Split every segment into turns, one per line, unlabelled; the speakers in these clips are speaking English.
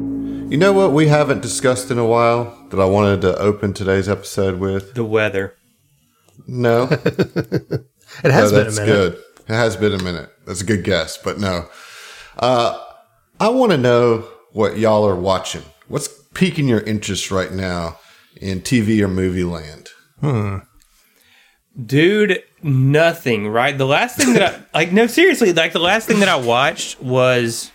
know what we haven't discussed in a while that I wanted to open today's episode with?
The weather.
No,
It
No,
has been a
that's
minute.
good. It has been a minute. That's a good guess, but no. Uh, I want to know what y'all are watching. What's piquing your interest right now in TV or movie land?
Dude, nothing, right? The last thing that I like no seriously, like the last thing that I watched was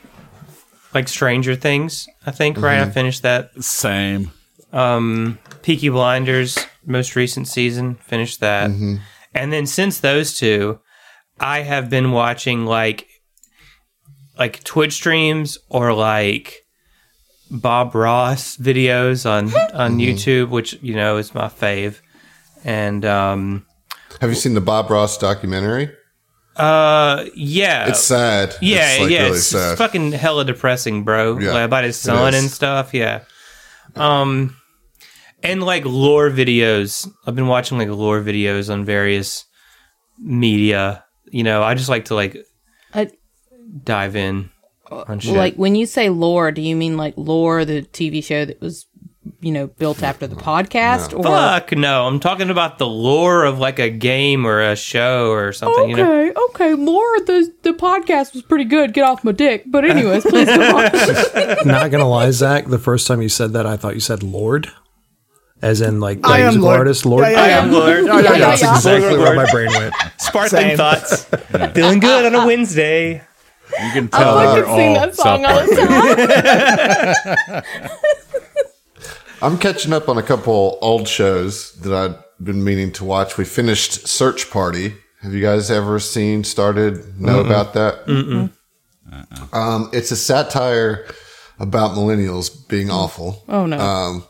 like Stranger Things, I think, right? I finished that.
Same.
Peaky Blinders most recent season, finished that. And then since those two, I have been watching like like Twitch streams or like Bob Ross videos on on YouTube, which you know is my fave. And um
Have you seen the Bob Ross documentary?
uh yeah.
It's
Oh.
sad.
Yeah,
it's like
yeah,
really
it's, it's
sad.
fucking hella depressing, bro.
Yeah,
like about his
it
son
is.
and stuff. Yeah, um, and like lore videos. I've been watching like lore videos on various media. You know, I just like to like
I-
dive in on shit.
Like when you say lore, do you mean like lore, the TV show that was, you know, built after the podcast, or
Fuck no! I'm talking about the lore of like a game or a show or something. You know,
Okay, okay. Lore, the the podcast was pretty good. Get off my dick. But anyways, please go on.
Not gonna lie, Zach. The first time you said that, I thought you said Lord, as in like the
I am
musical
Lord.
artist Lord.
Yeah, yeah, yeah.
Lord,
Yeah, yeah,
That's
yeah.
exactly where
Lord.
my brain went.
sparkling
Same.
thoughts. Feeling good on a Wednesday.
You can tell
Oh, I
they're
can sing
all
that song
South
all the
Park.
time.
I'm catching up on a couple old shows that I've been meaning to watch. We finished Search Party. Have you guys ever seen, started, know about that? Mm-mm. Um, it's a satire about millennials being awful.
Oh no.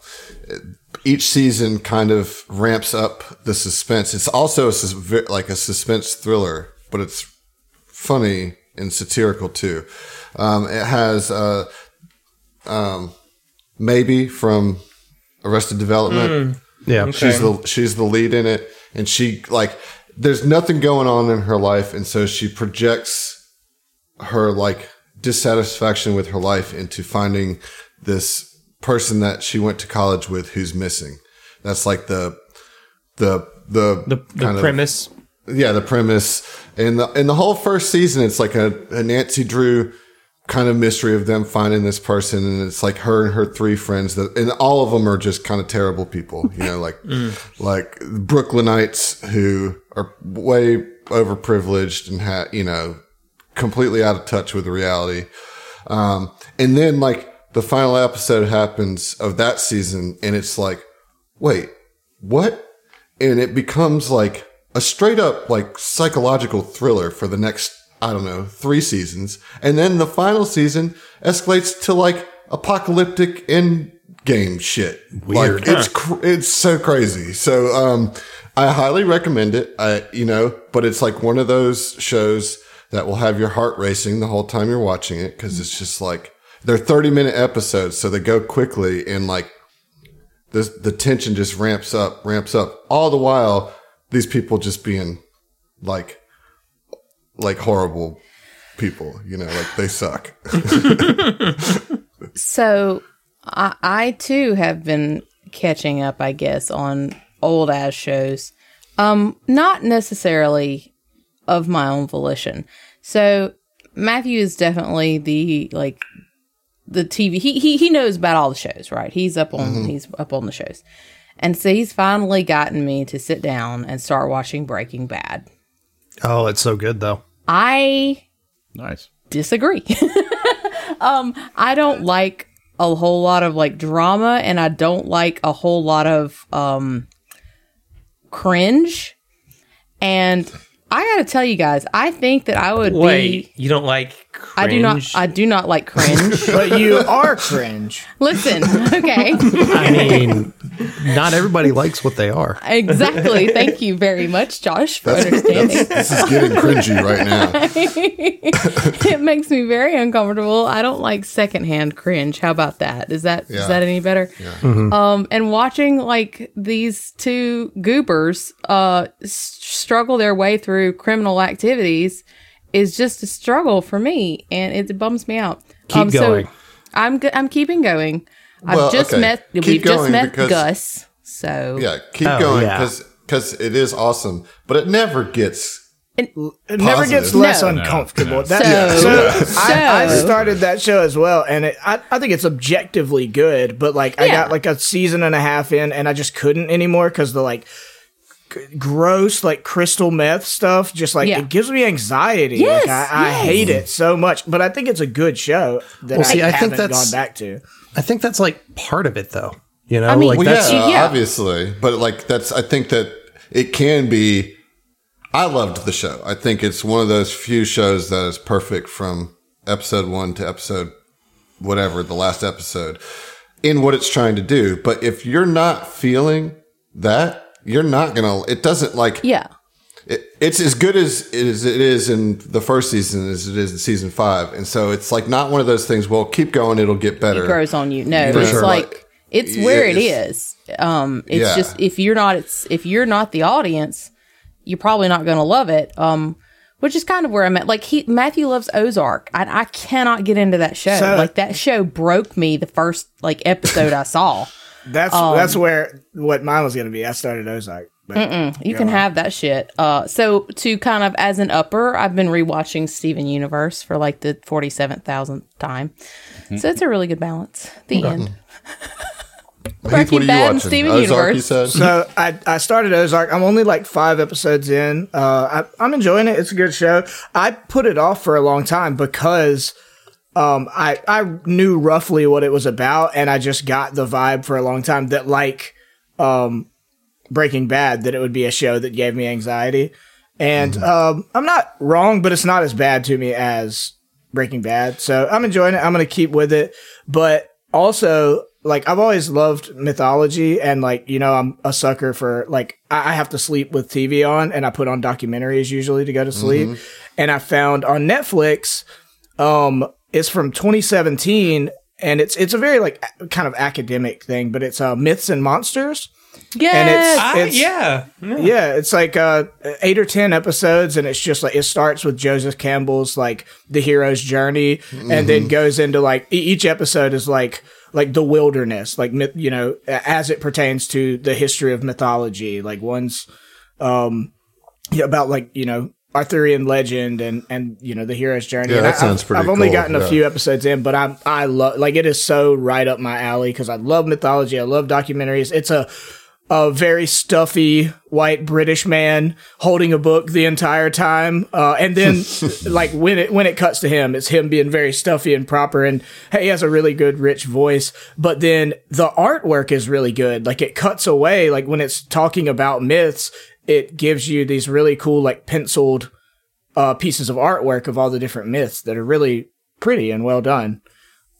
Each season kind of ramps up the suspense. It's also a, sus- ve- like a suspense thriller, but it's funny and satirical too. Um, it has uh, um, maybe from Arrested Development.
Yeah,
She's the she's the lead in it, and she like there's nothing going on in her life, and so she projects her like dissatisfaction with her life into finding this person that she went to college with who's missing. That's like the the the
The, the
kind of-
premise.
yeah, the premise and the and the whole first season, it's like a, a Nancy Drew kind of mystery of them finding this person, and it's like her and her three friends that, and all of them are just kind of terrible people, you know, like like Brooklynites who are way overprivileged and ha- you know completely out of touch with reality. Um, and then like the final episode happens of that season, and it's like, wait, what? and it becomes like a straight up like psychological thriller for the next I don't know three seasons, and then the final season escalates to like apocalyptic end game shit. Weird. Like, it's cr- it's so crazy. So um, I highly recommend it. I you know, but it's like one of those shows that will have your heart racing the whole time you're watching it because it's just like they're 30 minute episodes, so they go quickly and like the the tension just ramps up, ramps up. All the while, these people just being like like horrible people, you know, like they suck.
So I, I too have been catching up, I guess, on old ass shows. Um, not necessarily of my own volition. So Matthew is definitely the like the TV. He he he knows about all the shows, right? He's up on he's up on the shows, and so he's finally gotten me to sit down and start watching Breaking Bad.
Oh, it's so good though.
I
Nice.
disagree. um, I don't like a whole lot of like drama, and I don't like a whole lot of um cringe. And I gotta tell you guys, I think that I would
Wait,
be.
you don't like?
I do not.
cringe?
I do not like cringe.
But you are cringe.
Listen, okay,
I mean, not everybody likes what they are.
exactly. Thank you very much, Josh, for understanding.
This is getting cringy right now.
it makes me very uncomfortable. I don't like secondhand cringe. How about that? Is that is
Yeah.
that any better? Um, and watching like these two goobers uh s- struggle their way through criminal activities is just a struggle for me, and it bums me out. Um,
Keep going.
So I'm g- I'm keeping going.
Well,
I've just
okay.
met
Keep
we've just
going
met
because-
Gus. So
Yeah, keep
Oh,
going
yeah.
because it is awesome, but it never gets.
It never gets
Positive.
less
No.
uncomfortable. That,
So-
so I,
Yeah.
I
So-
started that show as well, and it, I, I think it's objectively good. But like, I
Yeah.
got like a season and a half in, and I just couldn't anymore because the like g- gross like crystal meth stuff just like
Yeah.
it gives me anxiety.
Yes,
like, I,
yes.
I hate it so much. But I think it's a good show that
Well, see,
I,
I think
haven't
that's-
gone back to.
I think that's like part of it, though. You know,
I mean-
like
Well,
that's
yeah,
Yeah.
obviously, but like that's. I think that it can be. I loved the show. I think it's one of those few shows that is perfect from episode one to episode whatever the last episode in what it's trying to do. But if you're not feeling that, you're not gonna. It doesn't like
yeah.
it, it's as good as it is, it is in the first season as it is in season five, and so it's like not one of those things. Well, keep going; it'll get better.
It grows on you. No,
For
it's
sure.
like it's where it
It's-
is. Um, it's
Yeah.
just if you're not it's, if you're not the audience, you're probably not going to love it. Um, which is kind of where I'm at. Like he Matthew loves Ozark. I, I cannot get into that show.
So-
like that show broke me the first like episode I saw.
That's
um,
that's where what mine was going to be. I started Ozark. But
You can have that shit. Uh, so to kind of as an upper, I've been rewatching Steven Universe for like the forty seven thousandth time. So it's a really good balance. The
Mm-hmm.
end.
Heath,
Breaking Bad and Steven
Ozark,
Universe.
you said?
so I, I started Ozark. I'm only like five episodes in. Uh, I, I'm enjoying it. It's a good show. I put it off for a long time because um, I I knew roughly what it was about, and I just got the vibe for a long time that like um, Breaking Bad, that it would be a show that gave me anxiety. And um, I'm not wrong, but it's not as bad to me as Breaking Bad. So I'm enjoying it. I'm going to keep with it. But also, like, I've always loved mythology. And, like, you know, I'm a sucker for, like, I, I have to sleep with TV on, and I put on documentaries usually to go to sleep. And I found on Netflix, um, it's from 2017. And it's it's a very like a- kind of academic thing, but it's uh, myths and monsters. And
Yes.
it's,
I,
it's
yeah. No.
yeah, it's like uh, eight or ten episodes, and it's just like it starts with Joseph Campbell's like the hero's journey, and
Mm-hmm.
then goes into like e- each episode is like like the wilderness, like myth, you know, a- as it pertains to the history of mythology. Like one's um yeah, about like you know Arthurian legend and and you know the hero's journey.
Yeah,
And
that
I-
sounds
I've-
pretty
I've only
cool,
gotten a
yeah.
few episodes in, but I'm I love like it is so right up my alley because I love mythology, I love documentaries. It's a a very stuffy white British man holding a book the entire time, uh, and then like when it when it cuts to him, it's him being very stuffy and proper, and he has a really good rich voice. But then the artwork is really good. Like it cuts away, like when it's talking about myths, it gives you these really cool like penciled uh, pieces of artwork of all the different myths that are really pretty and well done.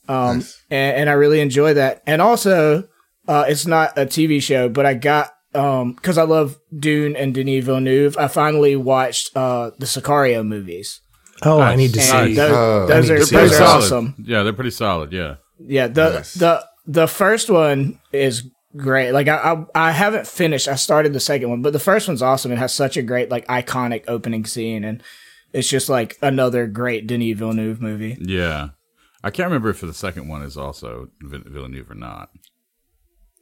Um, and, and I really enjoy that. And also, uh, it's not a TV show, but I got um because I love Dune and Denis Villeneuve. I finally watched uh the Sicario movies.
oh, I need to
And
see.
those, those are,
They're
those
pretty
are
solid.
awesome.
Yeah, they're pretty solid. Yeah.
Yeah, the
Nice.
the the first one is great. Like I, I I haven't finished. I started the second one, but the first one's awesome. It has such a great like iconic opening scene, and it's just like another great Denis Villeneuve movie.
Yeah. I can't remember if the second one is also Vill- Villeneuve or not.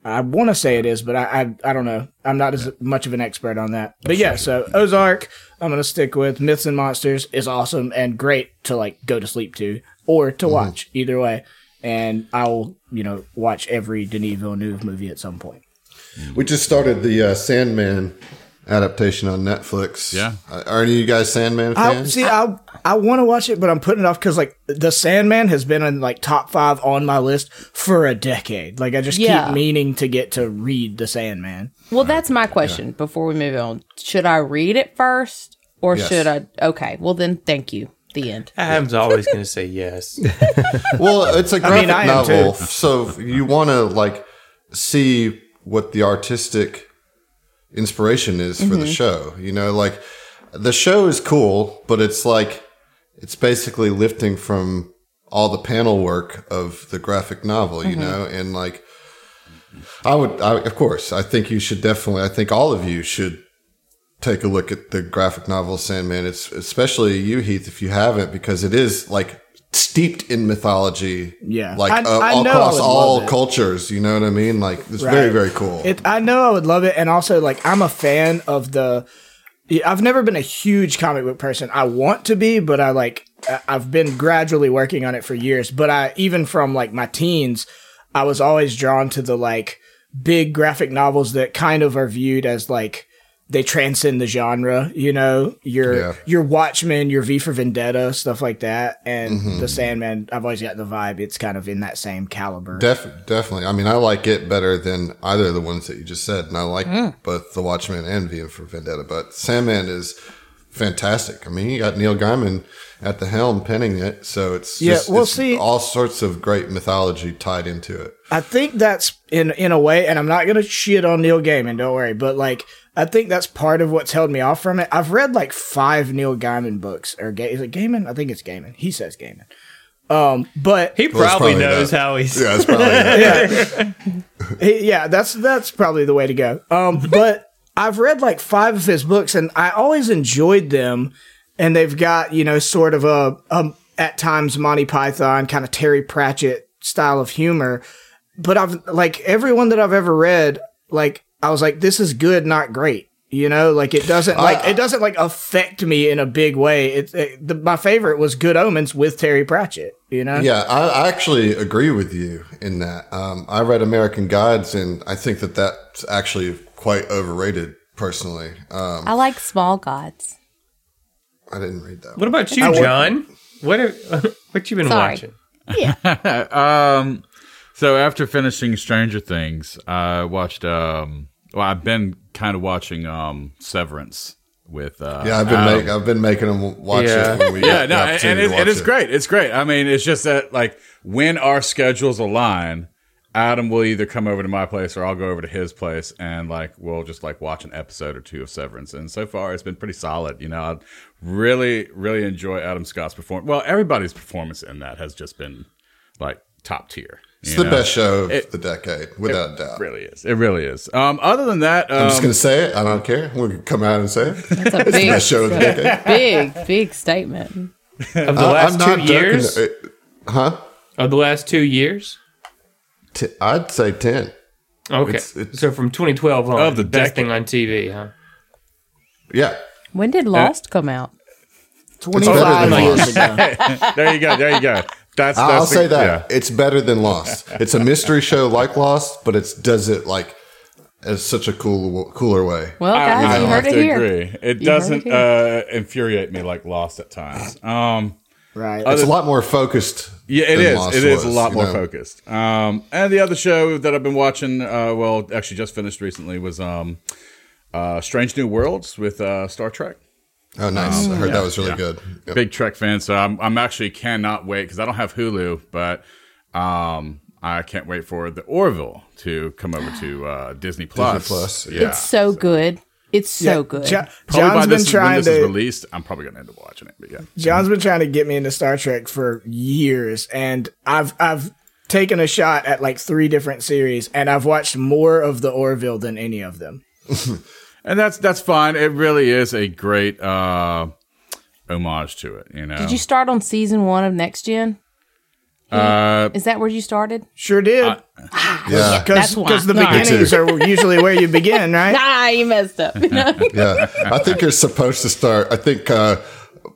I want to say it is, but I, I I don't know. I'm not as much of an expert on that. But yeah, so Ozark, I'm gonna stick with Myths and Monsters is awesome and great to like go to sleep to or to watch either way. And I'll you know watch every Denis Villeneuve movie at some point.
We just started the uh, Sandman adaptation on Netflix.
Yeah.
Uh, are any of you guys Sandman
I
fans?
see. I I want to watch it, but I'm putting it off because like the Sandman has been in like top five on my list for a decade. Like I just
Yeah.
keep meaning to get to read the Sandman.
Well, that's my question before we move on. Should I read it first or
Yes.
should I? Okay. Well, then thank you. The end.
Adam's always going to say yes.
well, it's a graphic
mean, I am
novel,
too.
so you want to like see what the artistic inspiration is for
Mm-hmm.
the show. You know, like the show is cool, but it's like it's basically lifting from all the panel work of the graphic novel.
Mm-hmm.
You know, and like I would, I, of course, I think you should definitely. I think all of you should take a look at the graphic novel Sandman. It's especially you, Heath, if you haven't, because it is like steeped in mythology.
Yeah.
like
I-
uh,
I know I
across
would love
all
it.
cultures. You know what I mean? Like it's very
Right.
very cool.
It, I know I would love it, and also like I'm a fan of the. yeah, I've never been a huge comic book person. I want to be, but I like I- I've been gradually working on it for years. But I even from like my teens, I was always drawn to the like big graphic novels that kind of are viewed as like they transcend the genre. You know, your
Yeah.
your Watchmen, your V for Vendetta, stuff like that, and
Mm-hmm.
the Sandman. I've always got the vibe. It's kind of in that same caliber.
Def- definitely. I mean, I like it better than either of the ones that you just said, and I like
Mm.
both The Watchmen and Via for Vendetta. But Sandman is fantastic. I mean, you got Neil Gaiman at the helm penning it, so it's
Yeah,
just-
well,
it's
see-
all sorts of great mythology tied into it.
I think that's in in a way, and I'm not gonna shit on Neil Gaiman, don't worry, but like I think that's part of what's held me off from it. I've read like five Neil Gaiman books, or Ga- is it Gaiman? I think it's Gaiman. He says Gaiman, um, but
He
Well, it's
probably,
probably
knows
that.
how he's.
Yeah, it's probably yeah.
he- yeah, that's that's probably the way to go. Um, but I've read like five of his books, and I always enjoyed them. And they've got you know sort of a, a at times Monty Python kind of Terry Pratchett style of humor. But I've like everyone that I've ever read, like I was like, this is good, not great. You know, like it doesn't
Uh,
like it doesn't like affect me in a big way. It, it the, my favorite was Good Omens with Terry Pratchett. You know,
Yeah, I, I actually agree with you in that. Um, I read American Gods, and I think that that's actually quite overrated. Personally, um,
I like small gods.
I didn't read that.
What about you, John? What have, what you been
Sorry.
watching?
Um, so after finishing Stranger Things, I watched. Um, well, I've been kind of watching um Severance with. Uh,
Yeah, I've been
Adam.
make, I've been making them watch
Yeah.
it when we
Yeah,
got
no,
the
and,
opportunity
it,
to watch
it is great. It's great. I mean, it's just that like when our schedules align, Adam will either come over to my place or I'll go over to his place, and like we'll just like watch an episode or two of Severance. And so far, it's been pretty solid. You know, I really, really enjoy Adam Scott's performance. Well, everybody's performance in that has just been like top tier.
It's
you
the
know?
best show of
It-
the decade, without a doubt.
It really is. It really is. Um, other than that, um,
I'm just gonna say it. I don't care. We're gonna come out and say it.
That's a big,
best show of the
that's a big, big statement.
Of the last two years?
joking. Uh,
Of the last two years?
T- I'd say ten.
Okay.
It's- it's-
so from 2012 on,
Of the
best
decade.
thing on TV, huh?
Yeah,
When
Uh,
did Lost come out?
twenty
better
five
than
years ago.
there you go. There you go. That's. that's
I- I'll
the-
say that
yeah.
it's better than Lost. It's a mystery show like Lost, but it does it like in such a cool, cooler way.
Well, guys,
I
you
don't
heard
have
it
to
here.
agree. It
You heard
doesn't
it
uh, infuriate me like Lost at times. Um,
Right.
It's a lot more focused.
yeah, it
than
is.
Lost
It is a
was,
lot
you
more
know.
focused. Um, and the other show that I've been watching, uh, well, actually just finished recently, was um, uh, Strange New Worlds with uh, Star Trek.
Oh, nice! I heard that was really good. Yeah.
Um, Big Trek fan, so I'm, I'm actually cannot wait because I don't have Hulu, but um, I can't wait for the Orville to come over to uh, Disney Plus.
Plus,
yeah.
It's so good. It's so good.
Jo-
Probably by
John's been
this, when
trying
this is
to
released, I'm probably gonna end up watching it. But yeah,
John's been trying to get me into Star Trek for years, and I've I've taken a shot at like three different series, and I've watched more of the Orville than any of them.
and that's that's fine. It really is a great uh, homage to it. You know,
Did you start on season one of Next Gen?
uh,
Is that where you started?
Sure did,
yeah,
That's
because
why.
the
Nah.
beginnings are usually where you begin, right?
Ah, you messed up.
yeah. I think you're supposed to start. I think uh,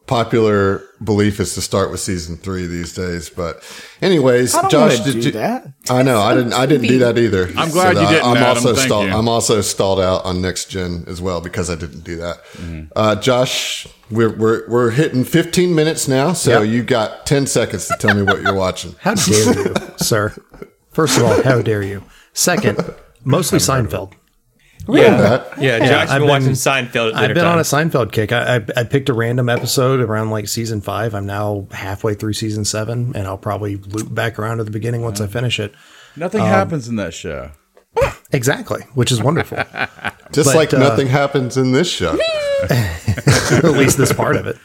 popular belief is to start with season three these days. But, anyways,
I don't
Josh,
wanna
did
do
you?
that.
I know. I didn't. I didn't do that either.
I'm glad you
that I-
didn't,
I'm
Adam.
also
Thank
stalled.
you.
I'm also stalled out on next gen as well because I didn't do that. Uh, Josh, we're, we're we're hitting 15 minutes now, so you got 10 seconds to tell me what you're watching.
How dare you, sir? First of all, how dare you? Second, mostly Seinfeld.
Yeah. Yeah, Josh has
I've
been, watching
been-
Seinfeld at
I've
dinner
been
time.
on a Seinfeld kick. I, I I picked a random episode around like season five. I'm now halfway through season seven, and I'll probably loop back around to the beginning once I finish it.
nothing happens in that show.
Exactly, which is wonderful.
Just
But,
like
uh,
nothing happens in this show.
At least this part of it.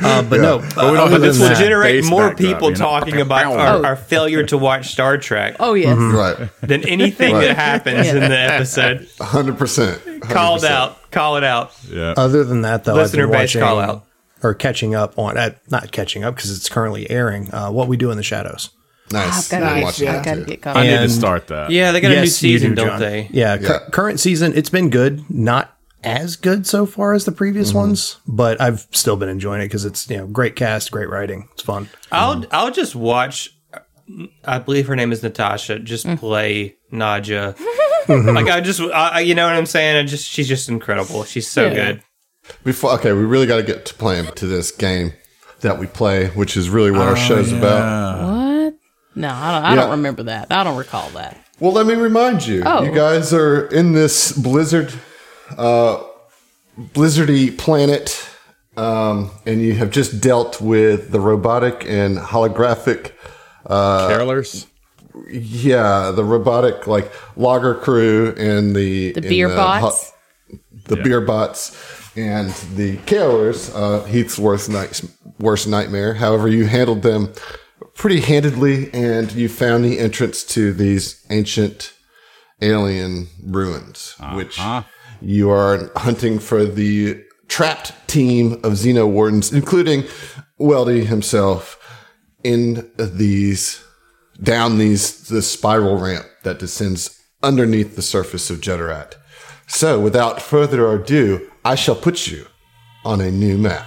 Uh, but no, but
don't have
This will generate
Face
more
backdrop, you
people
know?
talking about our, our failure to watch Star Trek
Oh yes.
Mm-hmm.
right.
than anything
Right.
that happens in the episode.
100%.
Called out. Call it out.
uh,
Other than that, though, I've
Listener
been
based
watching
call out.
or catching up on, uh, not catching up because it's currently airing, uh, What We Do in the Shadows.
Nice.
I've got
I'm
to
watching
get,
that
I've got to
too.
get
I
caught.
need to
And-
start that.
Yeah, they got a new
Yes, you
season,
do,
do, not
John.
they?
Yeah, cu- current season, it's been good, not as good so far as the previous ones, but I've still been enjoying it because it's you know great cast, great writing, it's fun.
I'll I'll just watch. I believe her name is Natasha. Just play Naja. like I just, I, I- you know what I'm saying. I just, she's just incredible. She's so good.
Before, okay, we really got to get to playing to this game that we play, which is really what our show's about.
What? No, I don't, I
Yeah.
don't remember that. I don't recall that.
Well, let me remind you.
Oh.
You guys are in this blizzard, uh, blizzardy planet, um, and you have just dealt with the robotic and holographic.
Uh, Carolers.
Yeah, the robotic like logger crew and the
The
and
beer
ho-
bots.
the beer bots and the killers, uh, Heath's worst, night, worst nightmare. However, you handled them pretty handedly, and you found the entrance to these ancient alien ruins, which you are hunting for the trapped team of Xeno Wardens, including Weldy himself, in these down these this spiral ramp that descends underneath the surface of Jeterat. So, without further ado, I shall put you on a new map.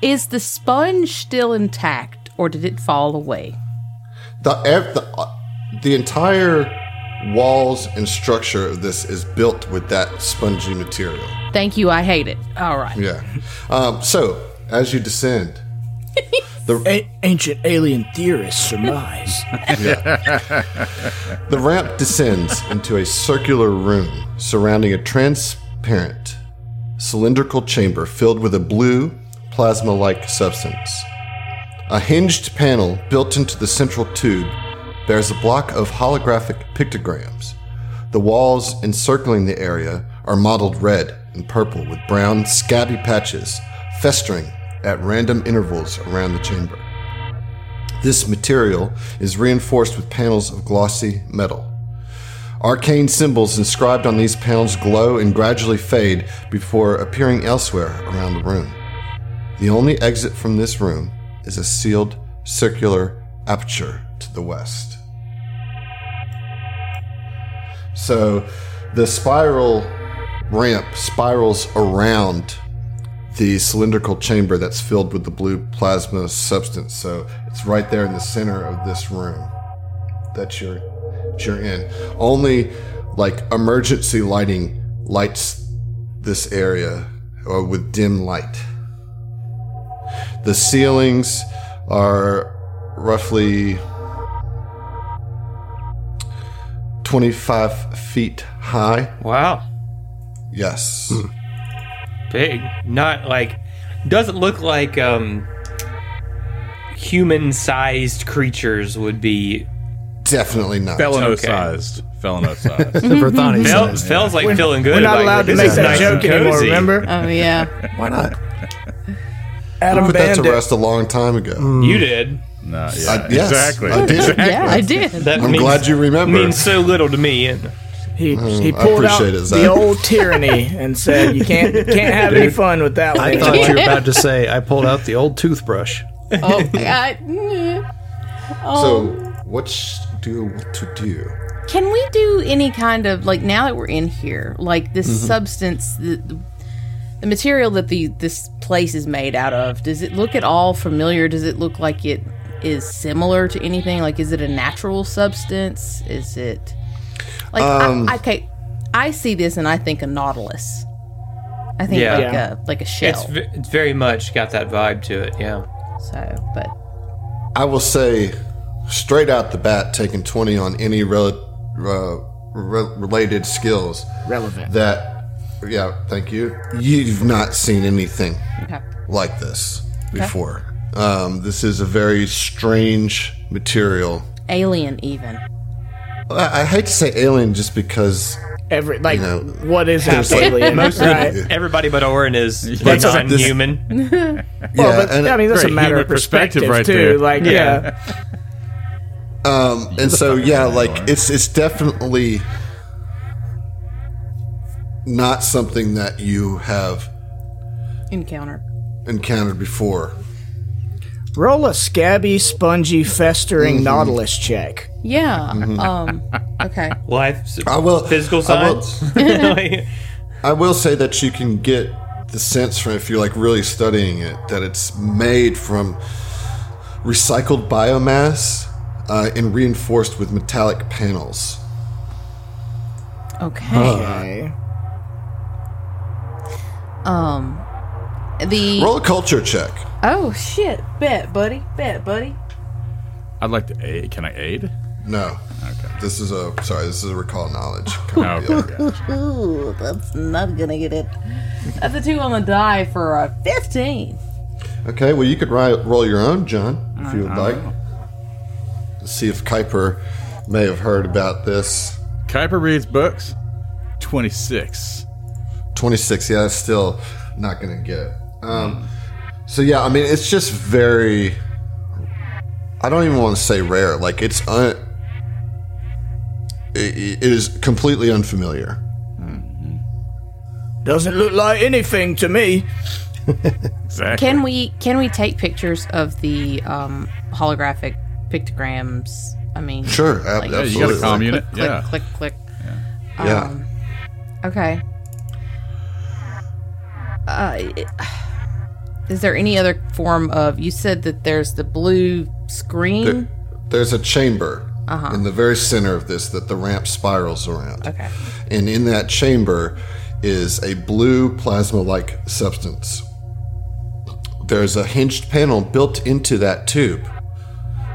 Is the sponge still intact or did it fall away?
The, ev- the, uh, the entire walls and structure of this is built with that spongy material.
Thank you. I hate it. All right.
Yeah. Um, so, as you descend,
A- ancient alien theorists surmise.
The ramp descends into a circular room surrounding a transparent cylindrical chamber filled with a blue plasma like substance. A hinged panel built into the central tube bears a block of holographic pictograms. The walls encircling the area are mottled red and purple with brown scabby patches festering at random intervals around the chamber. This material is reinforced with panels of glossy metal. Arcane symbols inscribed on these panels glow and gradually fade before appearing elsewhere around the room. The only exit from this room is a sealed circular aperture to the west. So the spiral ramp spirals around the cylindrical chamber that's filled with the blue plasma substance. So it's right there in the center of this room that you're that you're in. Only like emergency lighting lights this area or with dim light. The ceilings are roughly 25 feet high.
Wow,
Yes.
big. Not like doesn't look like um human-sized creatures would be.
Definitely not.
Felino-sized. Felino-sized.
The
Mm-hmm.
Verthani
Fel,
says,
Fel's like feeling good.
We're
about
not
it.
allowed to
This
make
is
that
nice and
joke anymore,
cozy.
remember?
Oh, yeah.
why not?
Adam
Put that to
Bandit.
rest a long time ago.
You did.
Nah, yeah,
I- yes,
exactly.
I did.
Exactly.
Yeah, I did.
That
I'm
means,
glad you remember.
means so little to me. And
He, he
I
pulled out
appreciate it, Zach.
the old tyranny and said, "You can't you can't have any fun with that
I
one."
thought you were about to say I pulled out the old toothbrush.
Oh, I, mm,
So, what sh- do you want to do?
Can we do any kind of like now that we're in here, like this substance, the, the material that the this place is made out of? Does it look at all familiar? Does it look like it is similar to anything? Like, is it a natural substance? Is it like I, I, okay? I see this and I think a nautilus. I think
Yeah.
like
Yeah.
a like a
it's,
shell.
ve- it's very much got that vibe to it. Yeah.
so, but
I will say, straight out the bat, taking 20 on any rel- uh, re- related skills.
Relevant.
That, yeah, thank you. You've not seen anything
okay.
like this before. Um, this is a very strange material.
alien even.
I, I hate to say alien just because
Every like,
know,
what is an alien?
Most
right?
of everybody but Oren is
That's a- this-
non-human.
Well,
yeah,
but
and-
I mean that's a
Great
matter
human
of perspective,
perspective right
too.
there.
Like, yeah.
Yeah.
Um, and so yeah, like it's it's definitely not something that you have
Encounter.
encountered before.
Roll a scabby, spongy, festering
Mm-hmm.
nautilus check.
Yeah. Um. Okay.
Life,
I will
physical
I will-
signs. Like,
I will say that you can get the sense from if you're like really studying it that it's made from recycled biomass uh, and reinforced with metallic panels.
Okay.
Okay.
Um. The
Roll a culture check.
oh shit, bet buddy, bet buddy.
I'd like to aid. Can I aid?
No. Okay. This is a sorry. This is a recall knowledge.
No.
Ooh, that's not gonna get it. That's a two on the die for a fifteen.
Okay. Well, you could ri- roll your own, John, if you would like. Let's see if Kuiper may have heard about this.
Kuiper reads books. Twenty six.
Twenty-six. Yeah, that's still not going to get it. Um, so yeah, I mean, it's just very. I don't even want to say rare. Like it's un. It, it is completely unfamiliar.
Doesn't look like anything to me.
Exactly.
Can we can we take pictures of the um holographic pictograms? I mean,
Sure, ab-
Like- Yeah,
absolutely.
you got a comm unit.
click,
Yeah.
click, click.
Yeah.
Okay. Uh, is there any other form of? You said that there's the blue screen.
There- there's a chamber in the very center of this that the ramp spirals around.
Okay.
And in that chamber is a blue plasma like substance. There's a hinged panel built into that tube,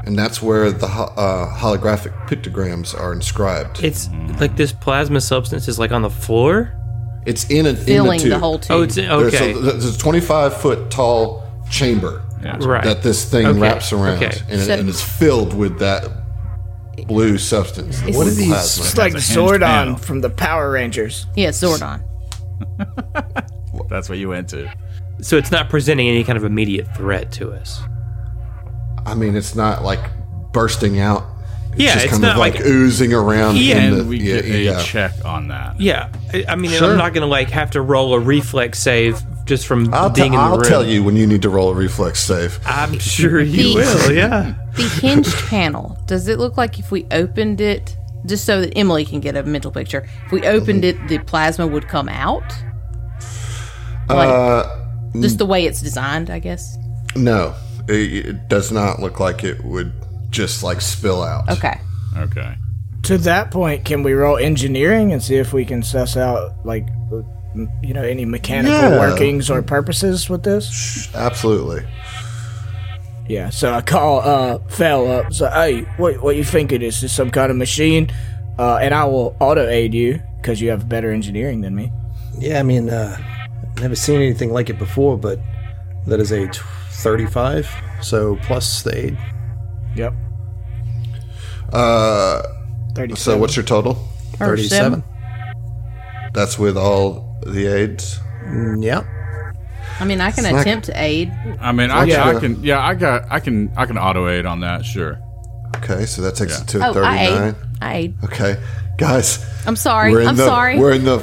and that's where the ho- uh, holographic pictograms are inscribed.
it's like this plasma substance is like on the floor.
It's in a in
filling
tube.
the whole tube.
Oh, it's
There's
okay.
a, there's a 25 foot tall chamber
right.
that this thing
Okay.
wraps around,
Okay.
and, it,
So-
and it's filled with that blue substance.
What are
blue
these-
plasma.
It's like
a hinged panel.
Zordon from the Power Rangers.
yeah, Zordon.
That's what you went to.
so it's not presenting any kind of immediate threat to us.
I mean, it's not like bursting out. It's
Yeah,
just
it's
kind
not
of like,
like-
oozing around.
Yeah.
in
And
the,
we
yeah,
get a
yeah.
check on that.
Yeah, I, I mean,
Sure.
I'm not gonna like have to roll a reflex save just from
I'll,
being
te-
in the
I'll
room.
tell you when you need to roll a reflex save.
I'm sure you
The-
Oh,
will. Yeah.
The hinged panel. Does it look like if we opened it, just so that Emily can get a mental picture? If we opened it, the plasma would come out. Like,
Uh,
just the way it's designed, I guess.
No, it, it does not look like it would just like spill out.
Okay.
Okay.
To that point, can we roll engineering and see if we can suss out like m- you know any mechanical
Yeah.
workings or purposes with this?
Absolutely.
Yeah. So I call uh Fel up. So hey, what what you think it is? Is some kind of machine? Uh, and I will auto aid you because you have better engineering than me.
Yeah, I mean, uh, never seen anything like it before, but that is a t- 35, so plus the aid.
Yep.
Uh,
Thirty.
so what's your total?
37.
That's with all the aids.
Mm, Yeah.
I mean, I can attempt to aid.
I mean, I,
Yeah.
I can. Yeah, I got. I can. I can auto aid on that. Sure.
Okay, so that takes it to
Oh, I
39.
aid. I aid.
Okay, guys,
I'm sorry.
we're in
I'm
the
sorry.
we're in the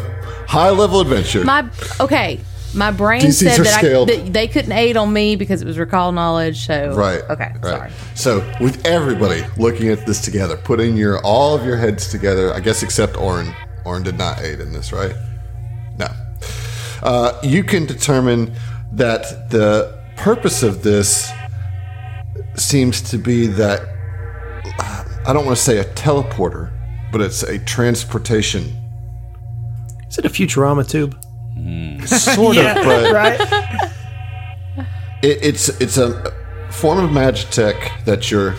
high level adventure.
My okay. My brain
DCs
said
are
that, I,
scaled.
that they couldn't aid on me because it was recall knowledge. So
Right.
Okay.
Right.
Sorry.
So with everybody looking at this together, putting your all of your heads together, I guess except Orin. Orin did not aid in this, right? No. Uh, you can determine that the purpose of this seems to be that I don't want to say a teleporter, but it's a transportation
Is it a Futurama tube?
sort of, but
Right.
it, it's it's a form of magitech that you're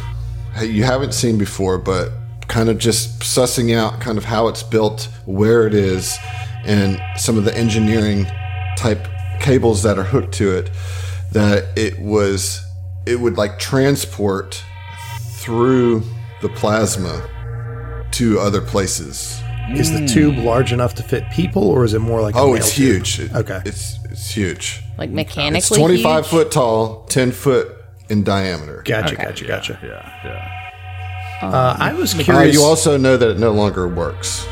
you haven't seen before, but kind of just sussing out kind of how it's built, where it is, and some of the engineering type cables that are hooked to it. That it was it would like transport through the plasma to other places.
Is the tube large enough to fit people, or is it more like a
Oh,
male
it's
tube?
huge. It-
Okay.
it's it's huge.
Like mechanically.
It's twenty five
huge?
foot tall, ten foot in diameter.
Gotcha, gotcha, gotcha.
Yeah. Yeah.
Uh, I was
Uh,
curious.
you also know that it no longer works.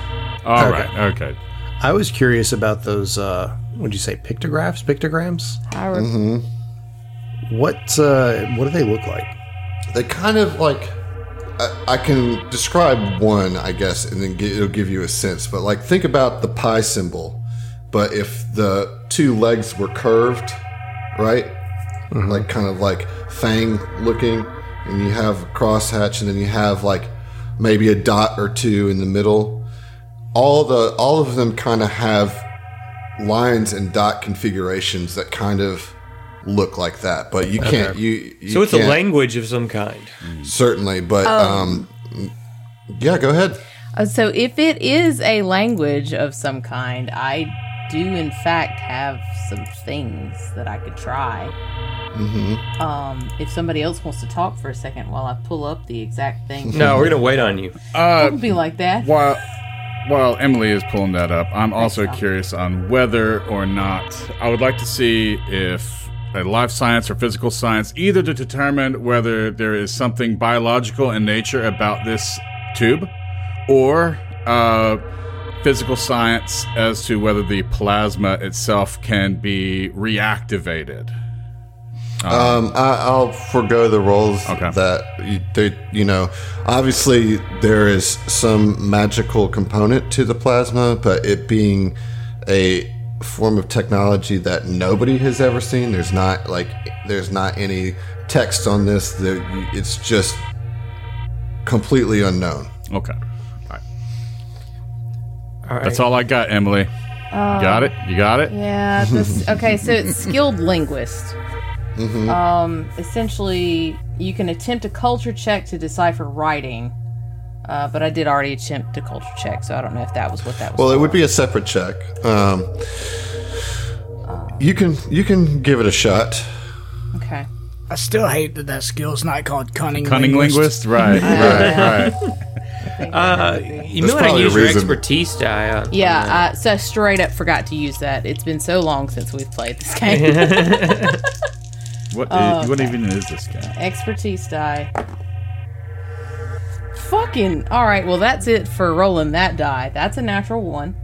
All
Okay.
right. Okay.
I was curious about those. Uh, would you say pictographs? Pictograms?
Pyro-
What uh, what do they look like?
They kind of like I, I can describe one, I guess, and then gi- it'll give you a sense. But like, think about the pie symbol, but if the two legs were curved, right?
Mm-hmm.
Like kind of like fang looking, and you have a crosshatch, and then you have like maybe a dot or two in the middle. All the all of them kind of have lines and dot configurations that kind of look like that, but you can't. You, you
So it's a
can't-
language of some kind.
Certainly, but um, yeah, go ahead.
Uh, so if it is a language of some kind, I do in fact have some things that I could try. Um, if somebody else wants to talk for a second while I pull up the exact thing,
No, we're
Mm.
gonna wait on you.
it would be like that.
While while Emily is pulling that up, I'm also curious on whether or not I would like to see if a life science or physical science either to determine whether there is something biological in nature about this tube, or uh, physical science as to whether the plasma itself can be reactivated.
Um, I, I'll forego the roles
Okay.
that you, they, you know. Obviously, there is some magical component to the plasma, but it being a form of technology that nobody has ever seen, there's not like there's not any text on this. That you- it's just completely unknown.
Okay, all right.
All right.
that's all I got, Emily. you got it. You got it.
Yeah. This, okay, so it's skilled linguist. Um, essentially, you can attempt a culture check to decipher writing, uh, but I did already attempt a culture check, so I don't know if that was what that was.
Well, it would be a separate check. Um, you can you can give it a shot.
okay.
I still hate that that skill's not called cunning.
Cunning linguist, right? Right. Right.
Uh, you
There's
may want to
probably a
use your
reason.
expertise die. On.
Yeah, uh, so I straight up forgot to use that. It's been so long since we've played this game.
What is, what even is this guy?
Expertise die. Fucking. All right, well, that's it for rolling that die. That's a natural one.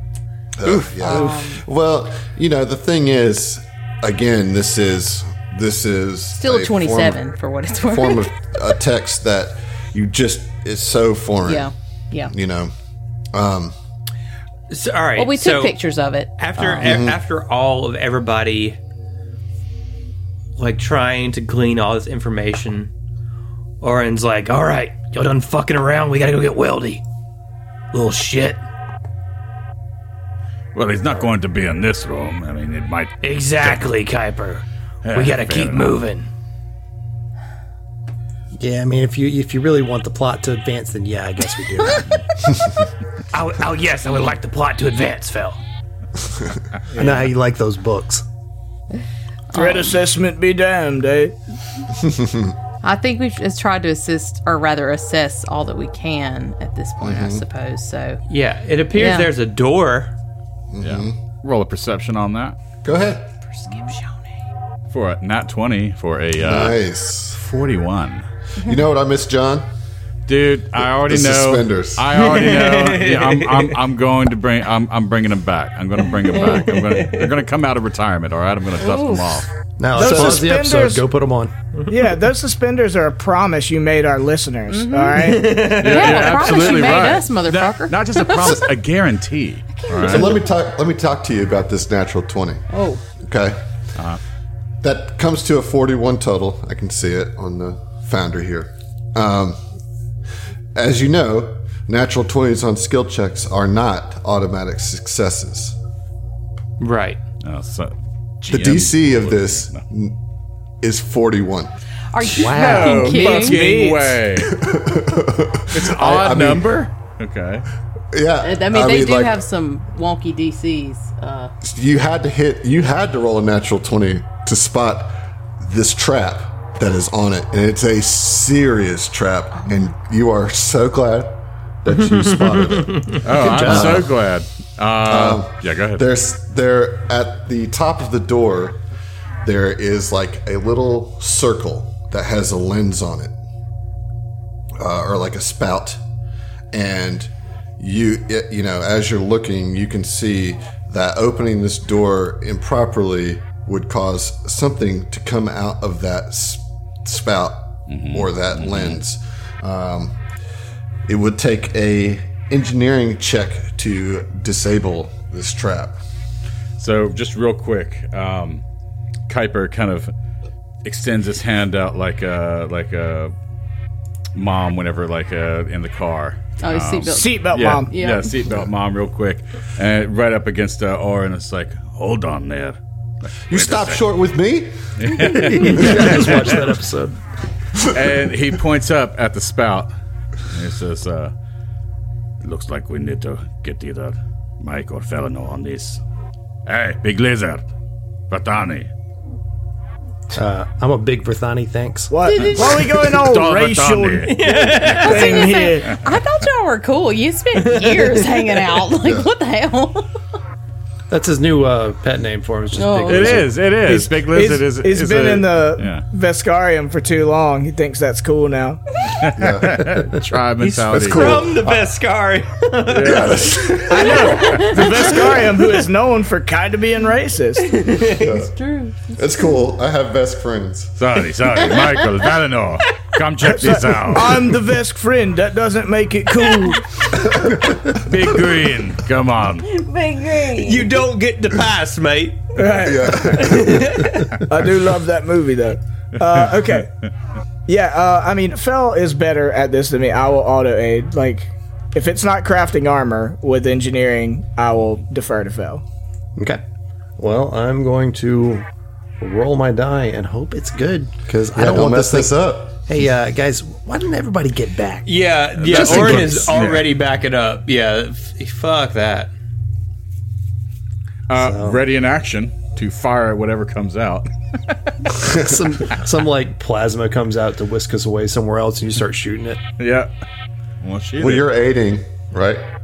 Yeah.
Um,
well, you know the thing is, again, this is this is
Still
a
a 27 for what it's worth.
form, form of a text that you just is so foreign.
yeah. Yeah.
You know, um,
So, all right.
Well, we took
so
pictures of it.
after a- after all of everybody like trying to glean all this information. Oren's like, all right, y'all done fucking around. We gotta go get Weldy. Little shit.
Well, he's not going to be in this room. I mean, it might.
Exactly, Kuiper.
Yeah,
we gotta
fair
keep
enough.
moving.
Yeah, I mean, if you if you really want the plot to advance, then yeah, I guess we do.
Oh, oh yes, I would like the plot to advance, Phil.
I know how you like those books.
Oh.
Threat assessment be damned, eh?
I think we've just tried to assist, or rather assess, all that we can at this point, I suppose. So,
Yeah, it appears
Yeah.
there's a door.
Yeah. Mm-hmm. Roll a perception on that
go ahead.
for a nat twenty for a uh,
Nice.
forty-one.
You know what I miss, John?
Dude, I already
the
know.
suspenders.
I already know. Yeah, I'm, I'm, I'm going to bring. I'm, I'm bringing them back. I'm going to bring them back. I'm going. They're going to come out of retirement. All right. I'm going to dust them off.
Now
Those
let's pause the episode.
suspenders-
Go put them on.
Yeah, those suspenders are a promise you made our listeners. all
yeah,
right,
you're
I promise you
absolutely
made
right.
us, motherfucker.
Not just a promise, a guarantee. All
So
right.
let me talk. Let me talk to you about this natural twenty.
oh,
Okay. That comes to a 41 total. I can see it on the founder here. Um, as you know, natural 20s on skill checks are not automatic successes.
Right.
Oh, so,
The DC of this n- is 41.
are you
Wow.
Oh, fucking kidding?
fucking way. it's an odd
I mean-
number. Okay.
Yeah.
I mean, they do have some wonky DCs. Uh,
You had to hit, you had to roll a natural 20 to spot this trap that is on it. And it's a serious trap. And you are so glad that you spotted it.
Oh, I'm so glad.
Um,
Uh, yeah, go ahead.
There's there at the top of the door. There is like a little circle that has a lens on it, uh, or like a spout, and you it, you know as you're looking, you can see that opening this door improperly would cause something to come out of that s- spout
Mm-hmm.
or that lens. Um, it would take a engineering check to disable this trap.
So just real quick, um, Kuiper kind of extends his hand out like a like a mom whenever like uh in the car.
Oh, his seatbelt.
Seatbelt
yeah,
mom.
yeah,
Yeah.
seatbelt mom, real quick, and right up against uh, R, and it's like, hold on there.
You stop short with me?
Just watch that episode.
and he points up at the spout. And he says, uh, "Looks like we need to get either Mike or Felino on this." Hey, big lizard, Batani.
Uh, I'm a big Verthani, thanks.
What? what are we going on? Racial thing here.
I thought y'all were cool. You spent years hanging out. Like, what the hell?
That's his new uh, pet name for him. It's just
Oh.
big
It
Lizard.
is. It is. Big lizard is.
he's
is
been
a-
in the
yeah.
Vescarium for too long. He thinks that's cool now.
tribe mentality.
That's cool.
From the Vescari.
The Vescarium, who is known for kind of being racist.
True.
That's cool. I have best friends.
Sorry, sorry, Michael, Valinor, come check this out.
I'm the Vesk friend. That doesn't make it cool.
Big green, come on.
Big green.
you don't get the pass, mate.
I do love that movie though. Uh, okay. Yeah, uh, I mean, Fell is better at this than me. I will auto aid. Like, if it's not crafting armor with engineering, I will defer to Fell.
Okay. Well, I'm going to roll my die and hope it's good because I
Yeah,
don't
don't
want
mess
this thing.
this up.
Hey, uh, guys, why didn't everybody get back?
Yeah, yeah.
Just in
Orin
case.
is already backing up. Yeah, f- fuck that.
Uh, Ready in action to fire at whatever comes out.
some some like plasma comes out to whisk us away somewhere else, and you start shooting it.
Yeah. Well, she
Well,
did.
you're aiding, right?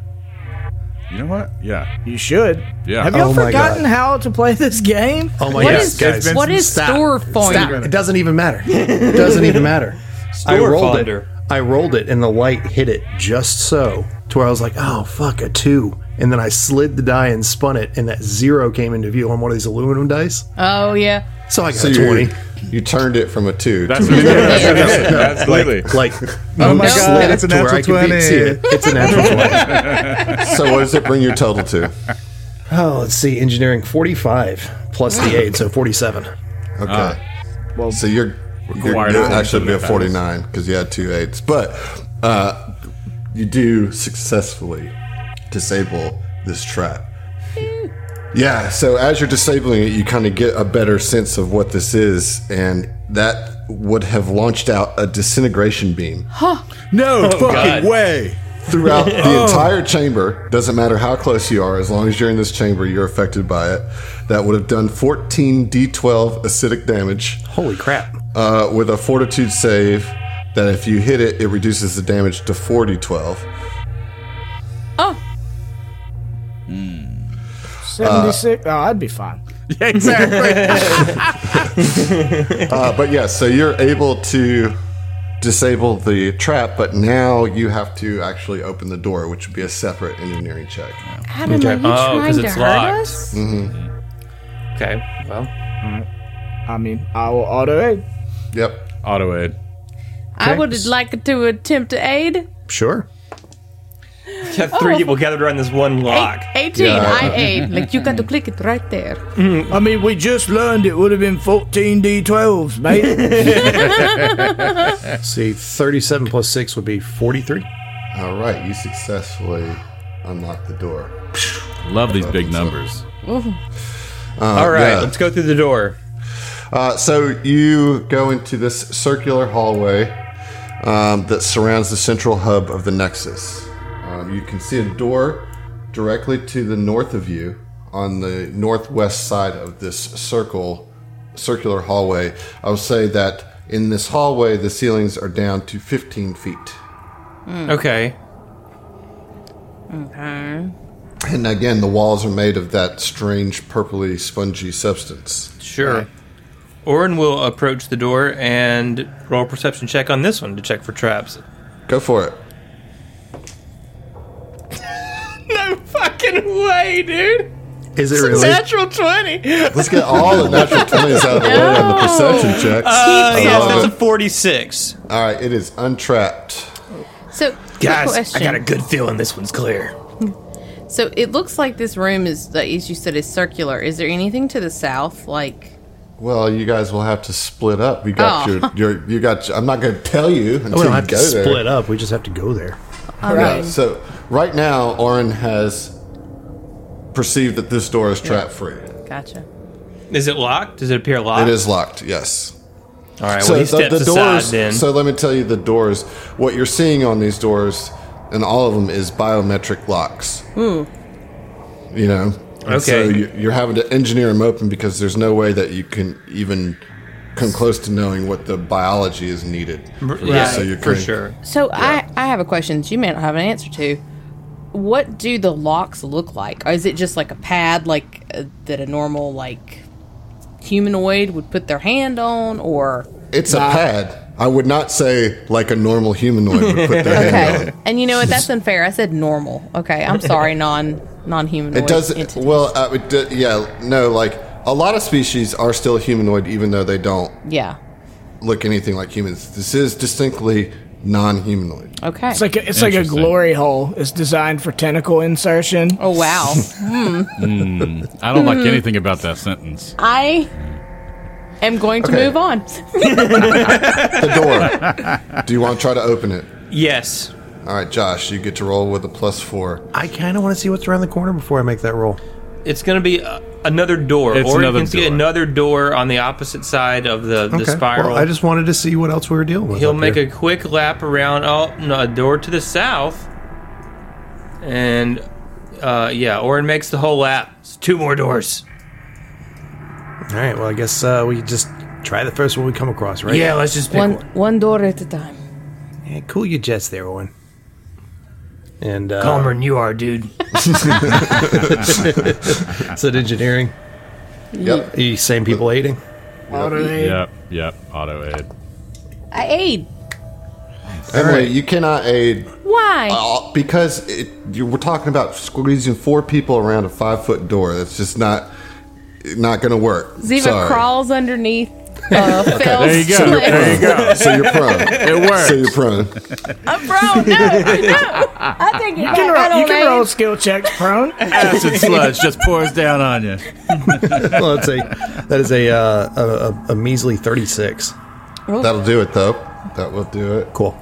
You know what? Yeah.
You should.
Yeah.
Have y'all
Oh my
forgotten
God.
how to play this game?
Oh my
What
god,
is
guys!
what is store point?
Stop. It doesn't even matter. It doesn't even matter. I
Store
rolled it.
fonder.
I rolled it, and the light hit it just so to where I was like, "Oh fuck, a two. And then I slid the die and spun it, and that zero came into view on one of these aluminum dice.
Oh yeah.
So I got
So
a
you,
twenty.
you turned it from a two.
That's what it is. Absolutely.
Like,
Oh my
slid
God,
it
it's a
to where
natural
I could be-
20.
see it. It's a natural twenty.
so what does it bring your total to? Okay.
Oh, let's see, engineering forty-five plus the eight, so forty-seven.
well, so you're, you're,
Required
you'll
only
actually be a
seven
49 because you had two eights. But uh, you do successfully disable this trap. Yeah, so as you're disabling it, you kind of get a better sense of what this is, and that would have launched out a disintegration beam.
No
Oh
fucking
God.
way.
throughout the entire chamber. Doesn't matter how close you are, as long as you're in this chamber, you're affected by it. That would have done 14 d12 acidic damage
Holy crap!
uh, with a fortitude save. That if you hit it, it reduces the damage to 4d12.
Oh,
76? oh, I'd be fine.
Exactly.
Uh, but yeah, so you're able to disable the trap, but now you have to actually open the door, which would be a separate engineering check.
Adam, are you
Oh, 'cause
trying to
it's
hurt
locked.
us?
Okay, well,
I mean, I will auto aid.
Yep.
Auto aid.
I would like to attempt to aid.
Sure.
you have three people gathered around this one lock.
Eight- Eighteen. I aid. Like you got to click it right there.
I mean, we just learned it would have been 14 D12s, mate.
See, 37 plus 6 would be 43.
All right, you successfully unlock the door.
Love these big numbers.
All right,
Oh, yeah.
let's go through the door.
Uh, so you go into this circular hallway um, that surrounds the central hub of the Nexus. Um, you can see a door directly to the north of you on the northwest side of this circle, circular hallway. I will say that in this hallway, the ceilings are down to 15 feet.
Okay.
And again, the walls are made of that strange purpley spongy substance.
Sure. Orin will approach the door and roll a perception check on this one to check for traps.
Go for it.
No fucking way, dude.
Is it really?
Natural 20.
Let's get all the natural 20s out of the way on the perception checks.
Uh,
I
yes,
love
that's a
it.
46.
all right, it is untrapped.
So, quick
Guys, I
question.
got a good feeling this one's clear.
So it looks like this room is, like, as you said, is circular. Is there anything to the south? Like,
Well, you guys will have to split up. You got
Oh.
your, your, you got. Your, I'm not going to tell you until
we don't
you
have
go
to
there.
split up. We just have to go there.
Yeah, so right now, Oren has perceived that this door is trap free.
gotcha.
Is it locked? Does it appear locked?
It is locked. Yes.
All right, well, he steps aside
doors.
then.
So let me tell you the doors. What you're seeing on these doors, and all of them, is biometric locks. You know. And So
Okay.
you- you're having to engineer them open because there's no way that you can even come close to knowing what the biology is needed. for this.
yeah,
you're
for
kinda-
sure.
So I, I have a question that you may not have an answer to. What do the locks look like? Or is it just like a pad, like uh, that a normal like humanoid would put their hand on, or
It's a pad. I would not say like a normal humanoid would put their hand on.
okay? and you know what? That's unfair. I said normal. Okay, I'm sorry, non non humanoid.
It does well. Uh, it d- yeah, no. Like a lot of species are still humanoid, even though they don't
Yeah.
look anything like humans. This is distinctly non-humanoid.
Okay.
It's like a, it's like a
Interesting.
glory hole. It's designed for tentacle insertion.
oh wow.
I don't like anything about that sentence.
I am going to
Okay.
move on.
The door. Do you want to try to open it?
Yes.
All right, Josh, you get to roll with a plus four.
I kind of want to see what's around the corner before I make that roll.
It's going to be uh, another door.
It's
or
another
you can see
door.
another door on the opposite side of the, the
Okay.
spiral.
Well, I just wanted to see what else we were dealing with.
He'll
up
make
here.
a quick lap around oh, no, a door to the south. And uh, yeah, Orin makes the whole lap. It's two more doors.
All right. Well, I guess uh, we just try the first one we come across, right?
Yeah, let's just pick
One
one.
one door at a time.
Yeah, cool your jets there, Owen. And uh,
Calmer than you are, dude.
Is it engineering?
Yep.
The same people aiding.
Automate.
Yep, yep. Auto aid.
I aid.
Emily, you cannot aid
Why?
uh, because it, you, we're talking about squeezing four people around a five-foot door. That's just not not going to work.
Ziva
Sorry.
crawls underneath. Uh,
There you
Phil's
go.
slip.
There you go.
So you're prone.
It works.
so you're prone.
I'm prone. No, no. I think it.
You can,
I
roll,
don't
you can
aid.
roll skill checks prone.
Acid sludge just pours down on you.
well, that's a that is a, uh, a, a a measly thirty six.
That'll do it, though. That will do it.
Cool.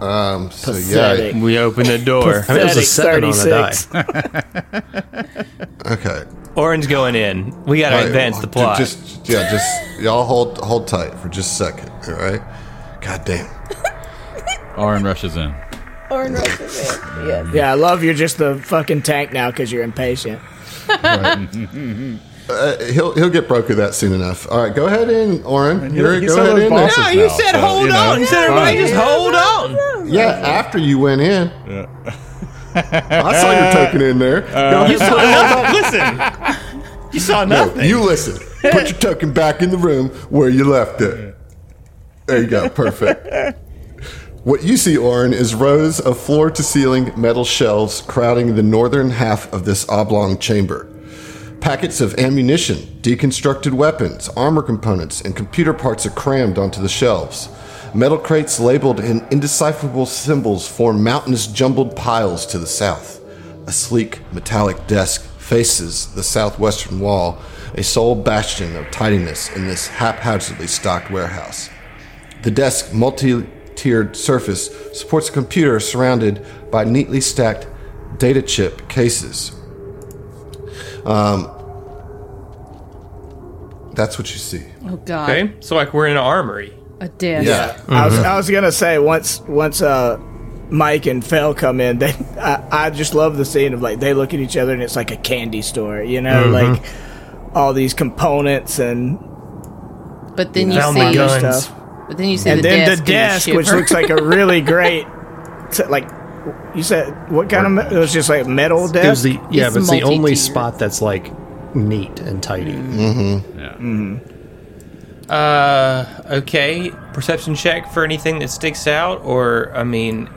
Um, so yeah,
Pathetic.
we open the door.
I mean, it was a
Pathetic
seven on a die.
36.
Okay.
Orin's going in. We got to
Uh,
All right,
advance the
well,
plot.
ju- Just yeah, just y'all hold hold tight for just a second. All right. God damn.
Oren rushes in.
Orin Rosenberg.
Yeah, I love you're just the fucking tank now because you're impatient.
Uh, he'll he'll get broke of that soon enough. All right, go ahead in, Oren. You're,
he's
go
one of
ahead in.
those bosses
there.
No, Oh, you now, said so, hold you know, on. You said it's everybody fine. just
hold on.
Yeah, after you went in. I saw your token in there.
Uh,
No, you saw
Listen, you saw
no, you listen. Put your token back in the room where you left it. There you go. Perfect. What you see, Oren, is rows of floor to ceiling metal shelves crowding the northern half of this oblong chamber. Packets of ammunition, deconstructed weapons, armor components, and computer parts are crammed onto the shelves. Metal crates labeled in indecipherable symbols form mountainous jumbled piles to the south. A sleek, metallic desk faces the southwestern wall, a sole bastion of tidiness in this haphazardly stocked warehouse. The desk multi tiered surface supports a computer surrounded by neatly stacked data chip cases. That's what you see.
Oh God.
Okay, so like we're in an armory.
A dish.
Yeah.
I was I was gonna say once once uh Mike and Phil come in, they I, I just love the scene of like they look at each other and it's like a candy store, you know, like all these components and
But then you
Found my
see.
gun. Guns.
stuff,
But then you see
and
the
then
desk.
the desk, which looks like a really great, t- like you said, what kind of me- it was just like metal
It was
desk.
the yeah,
It's
but it's the only
multi-tiered.
spot that's like neat and tidy.
Yeah.
Uh, okay. Perception check for anything that sticks out, or I mean,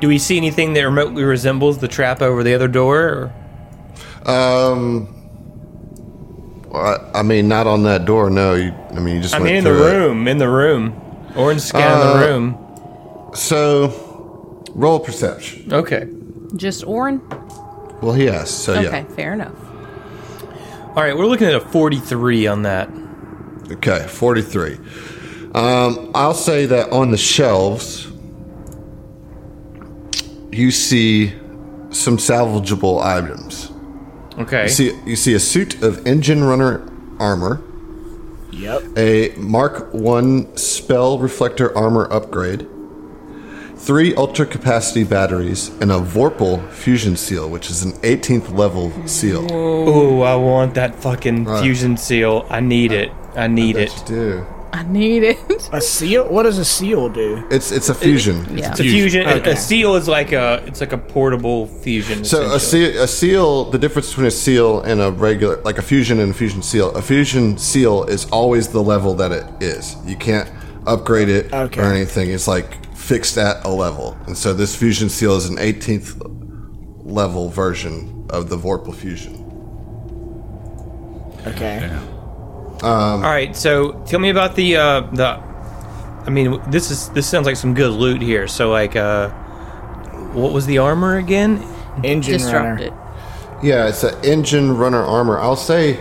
do we see anything that remotely resembles the trap over the other door? Or?
Um, well, I I mean, not on that door. No, you, I mean you just.
I
went
mean, in the
through it.
room, in the room. Orange scan in
Uh,
the room.
So, roll perception.
Okay.
Just Orin?
Well, he asked. So
Okay,
yeah.
fair enough.
All right, we're looking at a 43 on that.
Okay, 43. Um, I'll say that on the shelves, you see some salvageable items.
Okay.
You see, you see a suit of engine runner armor,
Yep.
a Mark 1 spell reflector armor upgrade, three ultra capacity batteries, and a Vorpal fusion seal, which is an 18th level seal.
Ooh, I want that fucking fusion seal. I need it. I need it.
What you do?
I need it.
A seal? What does a seal do?
It's, it's a fusion.
yeah.
It's a fusion. a-
Okay.
A seal is like a it's like a portable fusion.
So a
essentially.
seal, a seal, the difference between a seal and a regular, like a fusion and a fusion seal, a fusion seal is always the level that it is. You can't upgrade it
Okay.
or anything. It's like fixed at a level. And so this fusion seal is an 18th level version of the Vorpal fusion.
Okay.
All right, so tell me about the uh, the. I mean, this is this sounds like some good loot here. So like, uh, what was the armor again?
Engine runner.
Disrupted.
Yeah, it's an engine runner armor. I'll say,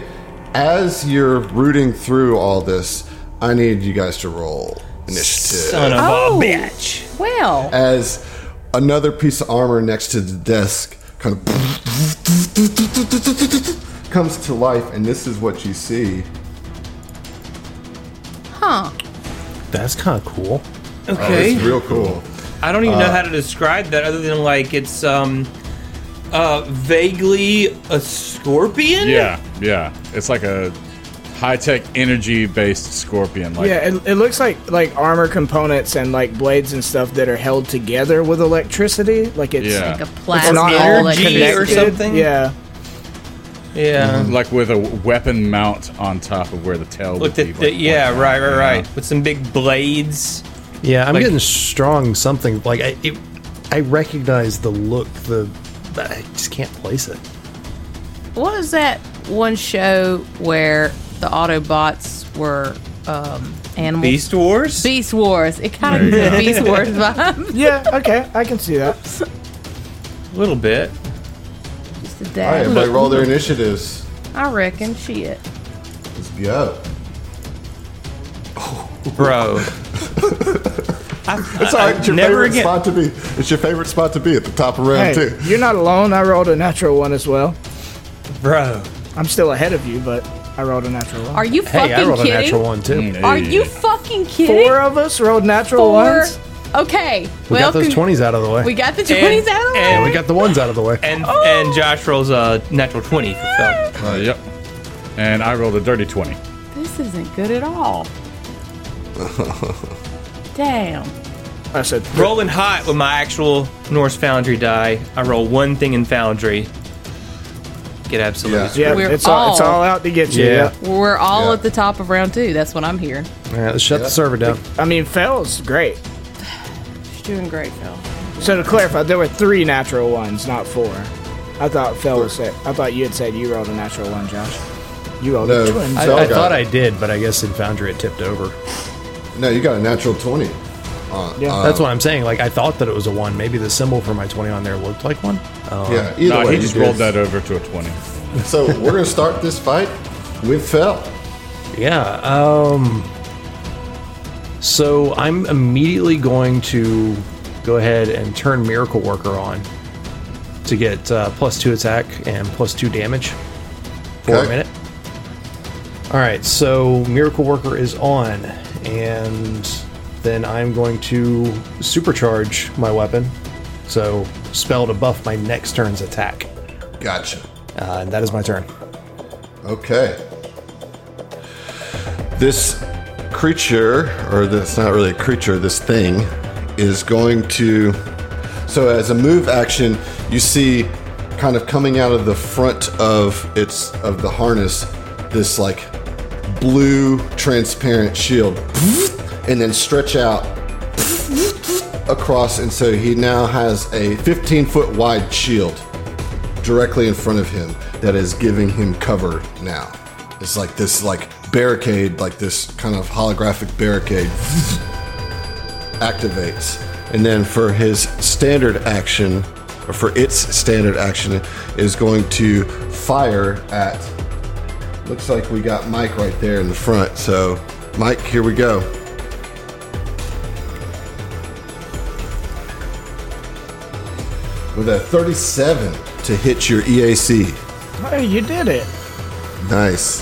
as you're rooting through all this, I need you guys to roll initiative.
Son of
Oh.
a bitch!
Well,
as another piece of armor next to the desk kind of comes to life, and this is what you see.
huh.
That's kind of cool.
It's
Okay,
real cool.
I don't
Uh,
even know how to describe that other than like it's um, uh, vaguely a scorpion.
Yeah, yeah. It's like a high tech energy based scorpion. Like,
Yeah, it, it looks like like armor components and like blades and stuff that are held together with electricity. Like it's
Yeah.
Like a
it's
plasma
not
all
all
energy or
connected.
something?
Yeah.
yeah.
like with a weapon mount on top of where the tail would
Looked
be.
at
like,
the, yeah,
pointing
right,
out,
right,
you
right.
know?
With some big blades.
Yeah, I'm
Like-
getting strong something. Like I, it, I recognize the look, the, but I just can't place it.
What was that one show where the Autobots were um, animals?
Beast Wars.
Beast Wars. It kind of did Beast Wars vibe.
Yeah. Okay. I can see that.
A little bit.
Just a
All right,
dab.
everybody, roll their initiatives.
I reckon shit.
Let's go.
bro.
It's all right. It's your favorite
never again.
spot to be. It's your favorite spot to be at the top of round
Hey,
two.
you're not alone. I rolled a natural one as well.
bro.
I'm still ahead of you, but I rolled a natural one.
Are you
Hey, I
fucking
rolled
kidding?
a natural one too.
Are you fucking kidding?
Four of us rolled natural
Four.
ones.
Okay.
We
well,
got those
con-
twenties out of the way.
We
We,
got the twenties out of the
and
way.
we got the ones out of the way.
And and Josh rolls a natural twenty for Phil.
Uh, yep. And I rolled a dirty 20.
This isn't good at all. Damn.
I said
Rolling hot with my actual Norse Foundry die. I roll one thing in Foundry. Get absolutely.
Yeah.
screwed.
Yeah,
We're
it's all, it's
all-
all out to get you.
Yeah.
Yeah.
We're all
Yeah.
at the top of round two. That's what I'm hearing.
All right, let's shut the server down.
I mean, Fell's great.
She's doing great, Phil.
So to clarify, there were three natural ones, not four. I thought Fell was said. I thought you had said you rolled a natural one, Josh. You rolled
No.
a twin.
I-
I,
So I
I
got
thought
it.
I did, but I guess in Foundry it tipped over.
No, you got a natural twenty. Uh,
Yeah.
uh,
That's what I'm saying. Like I thought that it was a one. Maybe the symbol for my twenty on there looked like one. Oh,
yeah. Either
No,
way,
Uh-huh. he
you
just
did.
rolled that over to a 20.
So we're gonna start this fight with Fell.
Yeah. Um. So I'm immediately going to go ahead and turn Miracle Worker on to get uh, plus two attack and plus two damage for
Okay.
a minute. All right. So Miracle Worker is on, and then I'm going to supercharge my weapon. So spell to buff my next turn's attack,
Gotcha.
uh, and that is my turn.
Okay. This creature, or that's not really a creature, this thing is going to. So, as a move action, you see kind of coming out of the front of its of the harness this like blue transparent shield and then stretch out across and so he now has a 15 foot wide shield directly in front of him that is giving him cover now. It's like this like barricade, like this kind of holographic barricade activates. And then for his standard action, or for its standard action, is going to fire at. Looks like we got Mike right there in the front. So, Mike, here we go. With a 37 to hit your E EAC.
Hey, you did it.
Nice.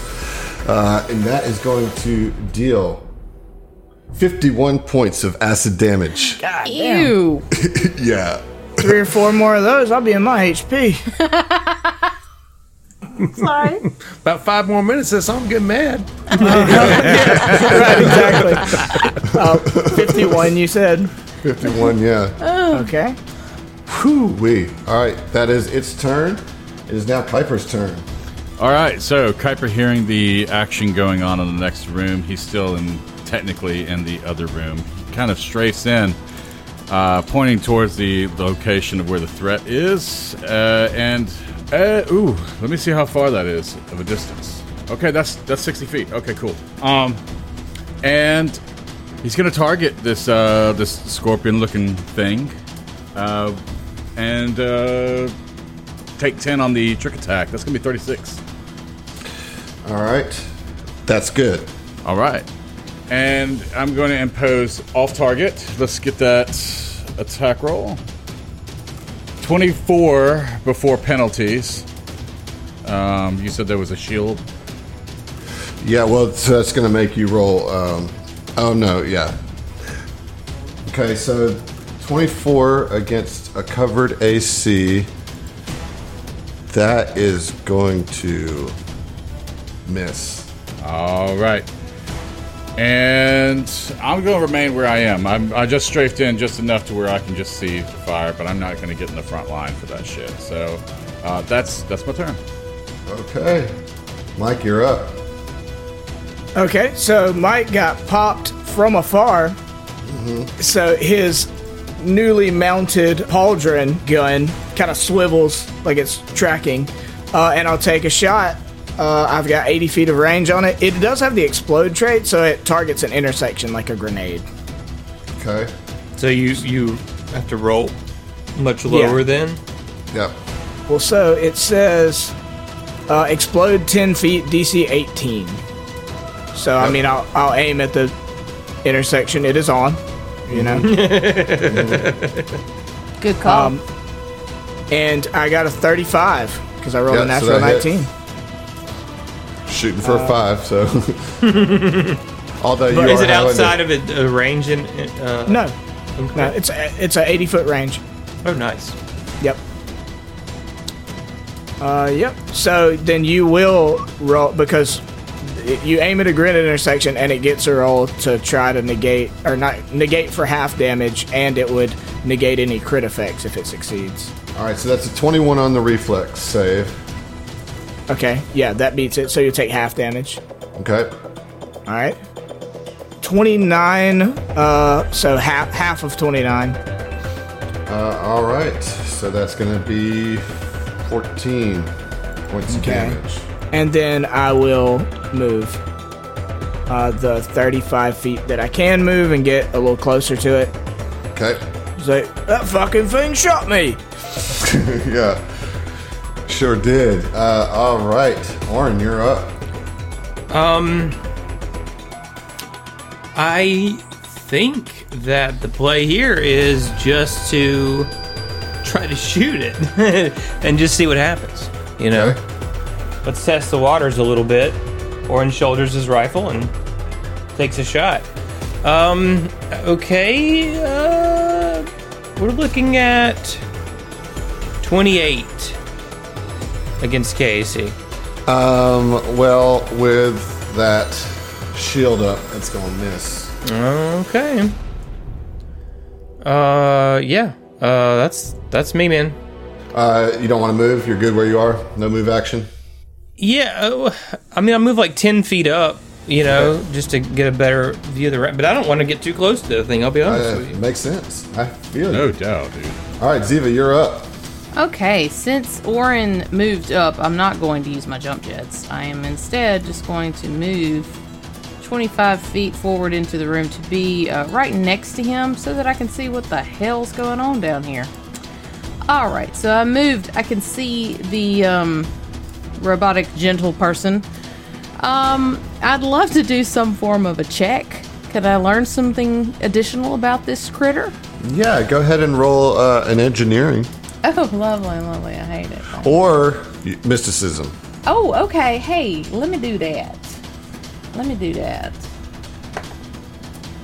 Uh, and that is going to deal 51 points of acid damage.
God damn.
Ew.
yeah.
Three or four more of those, I'll be in my HP.
About five more minutes, that's I'm getting mad.
right, exactly. Uh, 51, you said.
51, yeah.
Okay.
Whew, wee. All right, that is its turn. It is now Kuiper's turn.
All right, so Kuiper hearing the action going on in the next room, he's still in technically in the other room. He kind of strafes in, uh, pointing towards the location of where the threat is, uh, and uh, ooh, let me see how far that is of a distance. Okay, that's that's sixty feet. Okay, cool. Um, and he's gonna target this uh, this scorpion-looking thing, uh, and uh, take ten on the trick attack. That's gonna be thirty-six.
All right. That's good.
All right. And I'm going to impose off target. Let's get that attack roll. 24 before penalties. Um, you said there was a shield.
Yeah, well, so that's going to make you roll. Um, oh, no, yeah. Okay, so 24 against a covered AC. That is going to miss.
All right. And I'm going to remain where I am. I'm, I just strafed in just enough to where I can just see the fire, but I'm not going to get in the front line for that shit. So uh, that's that's my turn.
Okay. Mike, you're up.
Okay, so Mike got popped from afar. So his newly mounted pauldron gun kind of swivels like it's tracking. Uh, and I'll take a shot. Uh, I've got 80 feet of range on it. It does have the explode trait, so it targets an intersection like a grenade.
Okay.
So you you have to roll much lower then.
Yep.
Well, so it says uh, explode 10 feet, DC 18. So, I mean, I'll, I'll aim at the intersection it is on, you know.
Good call.
Um, and I got a 35 because I rolled a
Yeah, so
natural
that hits.
19.
Shooting for a five, so. Although you
Uh, Is
are having
it
to-
outside of a, a range? In, in, uh,
No, no, it's a, it's a 80 foot range.
Oh, nice.
Yep. Uh, yep. So then you will roll because it- you aim at a grid intersection and it gets a roll to try to negate or not negate for half damage, and it would negate any crit effects if it succeeds.
All right, so that's a 21 on the reflex save.
Okay. Yeah, that beats it. So you take half damage.
Okay.
All right. 29 uh so half half of 29
Uh, all right, so that's going to be 14 points of
Okay.
damage.
and then I will move uh, the 35 feet that I can move and get a little closer to it.
Okay.
It's like, that fucking thing shot me!
yeah. Sure did. Uh, all right, Orin, you're up.
Um, I think that the play here is just to try to shoot it and just see what happens. You know,
Okay.
let's test the waters a little bit. Orange shoulders his rifle and takes a shot. Um, okay, uh, we're looking at 28 against KAC.
Um, well, with that shield up, it's going to miss.
Okay. Uh, yeah. Uh, that's that's me, man.
Uh, you don't want to move? You're good where you are? No move action?
Yeah. oh, I mean, I move like ten feet up, you know, just to get a better view of the rat. But I don't want to get too close to the thing. I'll be honest
Uh,
with you.
makes sense. I feel you.
No doubt, dude.
All right, Ziva, you're up.
Okay, since Orin moved up, I'm not going to use my jump jets. I am instead just going to move 25 feet forward into the room to be uh, right next to him so that I can see what the hell's going on down here. All right, so I moved. I can see the um, robotic gentle person. Um, I'd love to do some form of a check. Could I learn something additional about this critter?
Yeah, go ahead and roll uh, an engineering
Oh, lovely, lovely. I hate it.
or mysticism.
Oh, okay. Hey, let me do that. Let me do that.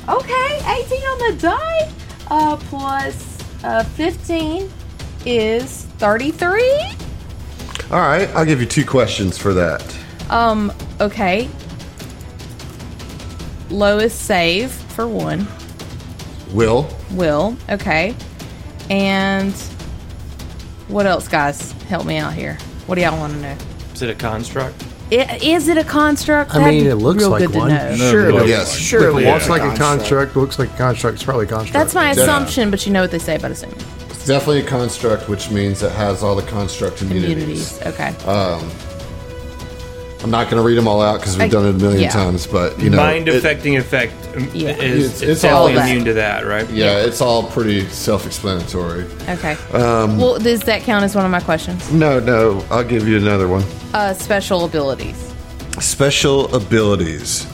Okay, 18 on the die. Uh, plus uh, 15 is 33.
All right, I'll give you two questions for that.
Um, okay. Lowest save for one.
Will,
Will. Okay. And what else, guys? Help me out here. What do y'all want to know?
Is it a construct?
I- Is it a construct?
I mean, it looks like one.
Surely,
Yes.
surely,
walks
it's
like a construct, looks like a construct. It's probably a construct.
That's my
Yeah.
assumption, but you know what they say about assuming
it's definitely a construct, which means it has all the construct immunities.
immunities. Okay.
I'm not going to read them all out because we've
I-
done it a million
yeah.
times, but you know,
Mind
it-
affecting effect um,
Yeah.
is
It's-
it's,
it's all
all
that.
immune to that, right?
Yeah, it's all pretty self-explanatory.
okay. well, does that count as one of my questions?
No, no, I'll give you another one.
Uh, special abilities.
Special abilities.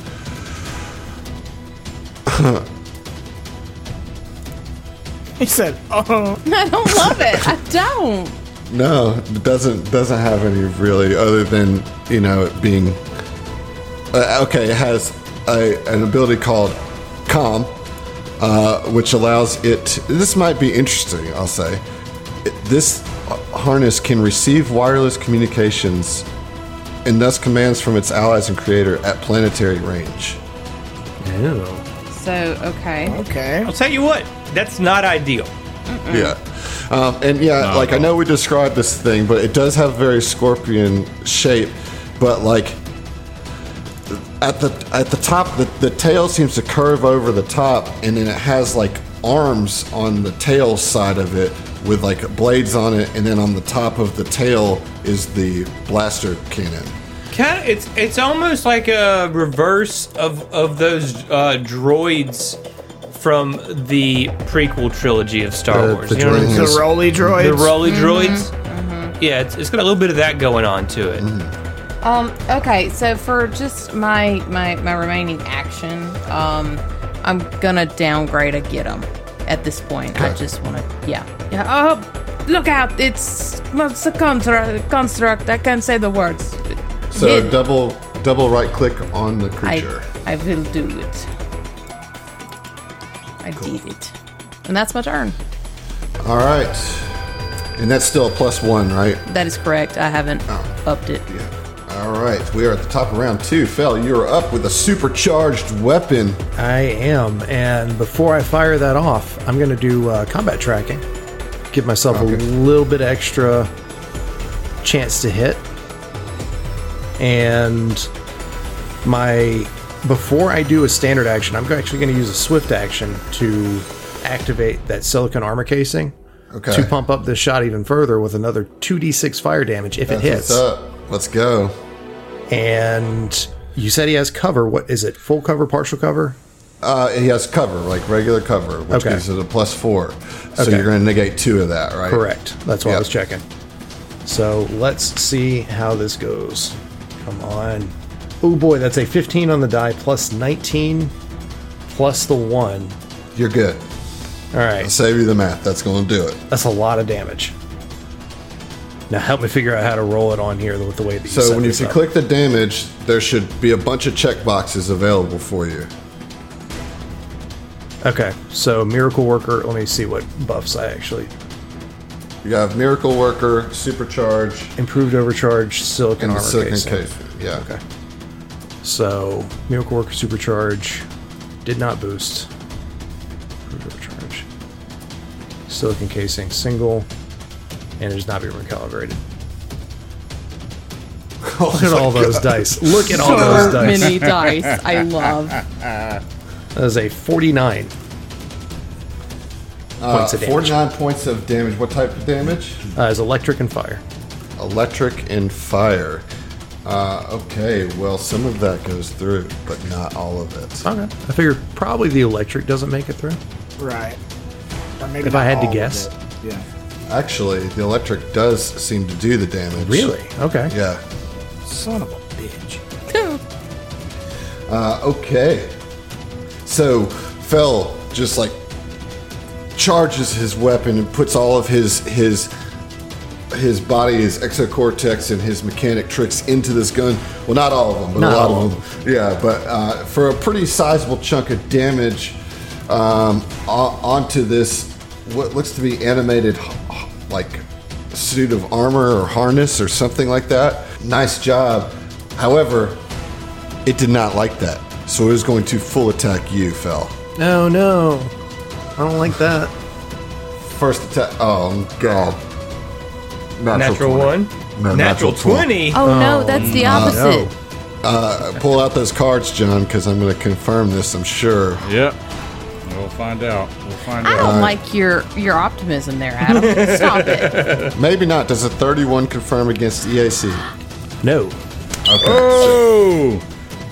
He said, "Oh,
I don't love it. I don't.
No, it doesn't doesn't have any really, other than you know it being. Uh, okay, it has a, an ability called Calm, uh, which allows it. This might be interesting. I'll say, It- this harness can receive wireless communications and thus commands from its allies and creator at planetary range.
Ew.
So, okay.
okay."
I'll tell you what, that's not ideal.
Yeah. Um, and yeah, like I know we described this thing, but it does have very scorpion shape, but like at the at the top the, the tail seems to curve over the top and then it has like arms on the tail side of it with like blades on it and then on the top of the tail is the blaster cannon.
Kind of, it's it's almost like a reverse of of those uh, droids from the prequel trilogy of Star
The-
Wars.
the
you know what I mean?
The Rolly
The
droids.
Rolly droids. Yeah, it's, it's got a little bit of that going on to it.
Mm-hmm.
Um, okay. So for just my my my remaining action, um, I'm gonna downgrade a get 'em at this point. I just want to, yeah, yeah. Oh, look out! It's it's a construct. Construct. I can't say the words.
So
Yeah.
double double right click on the creature.
I, I will do it. I did it. And that's my turn.
All right. And that's still a plus 1, right?
That is correct. I haven't
Oh.
upped it.
Yeah. All right, we are at the top of round two. Fel, you are up with a supercharged weapon.
I am, and before I fire that off, I'm going to do uh, combat tracking. Give myself a little bit extra chance to hit, and my before I do a standard action, I'm actually going to use a swift action to activate that silicon armor casing
Okay.
to pump up this shot even further with another 2d6 fire damage if it
What's
hits.
up? Let's go.
And you said he has cover. What is it? Full cover, partial cover?
Uh, he has cover, like regular cover, which
Okay.
gives it a plus four. So
Okay.
you're going to negate two of that, right?
Correct. That's what
Yep.
I was checking. So let's see how this goes. Come on. Oh boy, that's a 15 on the die plus 19 plus the 1.
You're good.
All right.
Save you the math. That's going to do it.
That's a lot of damage. Now help me figure out how to roll it on here with the way that you
So
set
when you,
this
if you
up.
click the damage, there should be a bunch of checkboxes available for you.
Okay. So miracle worker, let me see what buffs I actually
You have Miracle Worker, Supercharge,
improved overcharge silicon
and the
armor
Silicon
casing.
Case. Yeah.
Okay. So, Miracle Worker Supercharge did not boost. Supercharge. Silicon casing single, and it has not been recalibrated. Look at all those dice. Look at all those
So
dice.
many dice. I love.
That is a 49.
Uh,
points of damage.
49 points of damage. What type of damage?
Uh, is electric and fire.
Electric and fire. Uh, okay, well, some of that goes through, but not all of it.
Okay. I figure probably the electric doesn't make it through.
Right. Or maybe
If I
not
had to
all of
guess.
it. Yeah.
Actually, the electric does seem to do the damage.
Okay.
Yeah.
Son of a bitch.
Uh, okay. So, Fell just like charges his weapon and puts all of his his his body, his exocortex, and his mechanic tricks into this gun. Well, not all of them, but
Not
a lot
all
of them. Yeah, but uh, for a pretty sizable chunk of damage um, o- onto this, what looks to be animated, h- h- like suit of armor or harness or something like that. Nice job. However, it did not like that, so it was going to full attack you, Fel.
No, no. I don't like that.
First attack. Oh God. 20.
Natural one.
No,
natural,
natural
20.
Oh, no, that's the opposite.
Uh, pull out those cards, John, because I'm going to confirm this. I'm sure.
Yep. We'll find out. We'll find
I
out.
don't like your your optimism there, Adam. Stop it.
Maybe not. Does a 31 confirm against EAC?
No.
Okay.
Oh,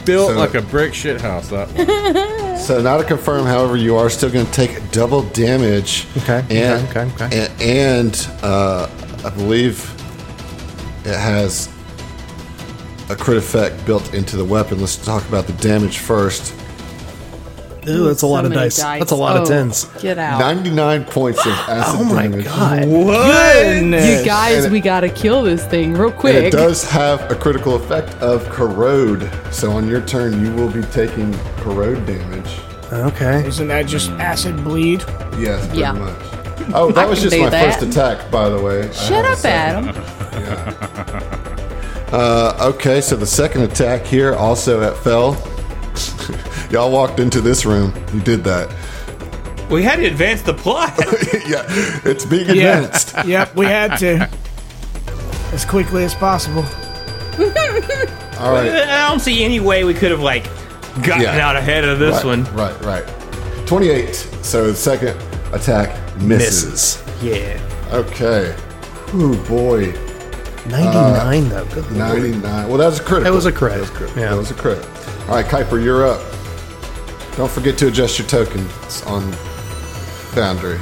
built
So-
like a brick shit house. That one.
So not a confirm. However, you are still going to take double damage.
Okay, okay,
And,
okay, okay.
And, and, uh, I believe it has a crit effect built into the weapon. Let's talk about the damage first.
Ew, that's a
So
lot of
many
dice. That's a lot
Oh,
of tens.
Get out.
99 points of acid
Oh my
damage.
god.
You guys,
And-
we gotta kill this thing real
And it
quick.
does have a critical effect of corrode. So on your turn, you will be taking corrode damage.
Okay.
Isn't that just acid bleed?
Yes, pretty
Yeah.
much. Oh, that was
can
just
do
my
that.
first attack, by the way. I
Shut
haven't
up,
said-
Adam.
Uh, okay, so the second attack here, also at Fell. Y'all walked into this room. You did that.
We had to advance the plot.
yeah, it's being
Yeah.
advanced.
yep, we had to. As quickly as possible.
All right.
I don't see any way we could have like gotten
Yeah.
out ahead of this
right,
one.
Right, right. 28. So the second attack misses.
Misses. Yeah.
Okay. Oh boy.
99 though. Good lord.
99. Well, that was a critical.
That was a crit. Yeah.
Uh, That was a crit. All right, Kuiper, you're up. Don't forget to adjust your tokens on Foundry.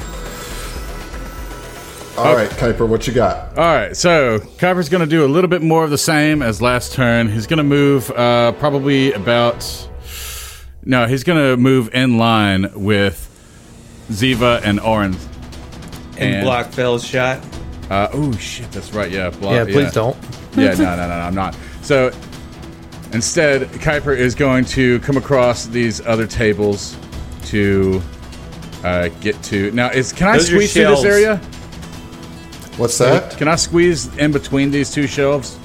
All right, Kuiper, what you got?
All right. So Copper's going to do a little bit more of the same as last turn. He's going to move uh, probably about. No, he's going to move in line with Ziva and Orin.
And, block Phil's shot.
Uh, oh shit, that's right. Yeah, block.
Yeah, please don't.
Yeah, no, no, no, no, I'm not. So instead, Kuiper is going to come across these other tables to uh, get to. Now, is can I
Those are
squeeze through this
shelves.
area?
What's that?
Can I squeeze in between these two shelves?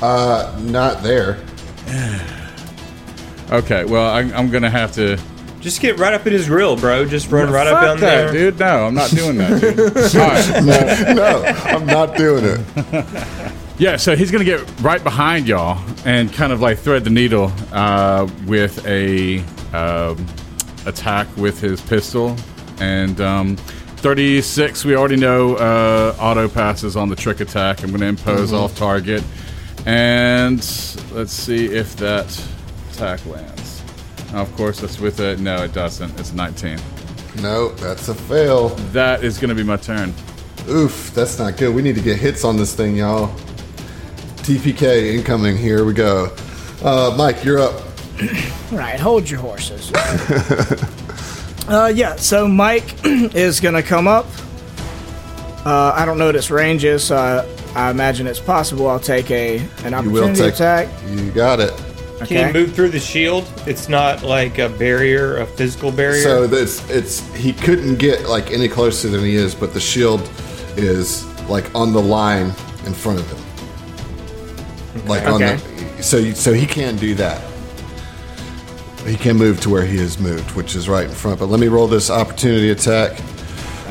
Not there.
Okay, well, I'm, I'm gonna have to.
Just get right up in his grill, bro. Just run right up
Fuck
down
that,
there.
dude. No, I'm not doing that. Dude. All right. well,
no, I'm not doing it.
yeah, so he's gonna get right behind y'all and kind of like thread the needle uh, with a um, attack with his pistol and. Um, 36, we already know uh, auto passes on the trick attack. I'm going to impose off target. And let's see if that attack lands. Now, of course, that's with a. No, it doesn't. It's 19.
No, that's a fail.
That is going to be my turn.
Oof, that's not good. We need to get hits on this thing, y'all. TPK incoming. Here we go. Uh, Mike, you're up.
Right, hold your horses. uh, yeah, so Mike is going to come up. Uh, I don't know what its range is, so I, I imagine it's possible I'll take a an
You will
opportunity
take.
attack.
You got it.
Can
Okay.
you move through the shield? It's not like a barrier, a physical barrier.
So this it's he couldn't get like any closer than he is, but the shield is like on the line in front of him. Like on
Okay.
the so you, so he can do that. He can move to where he is moved, which is right in front. But let me roll this opportunity attack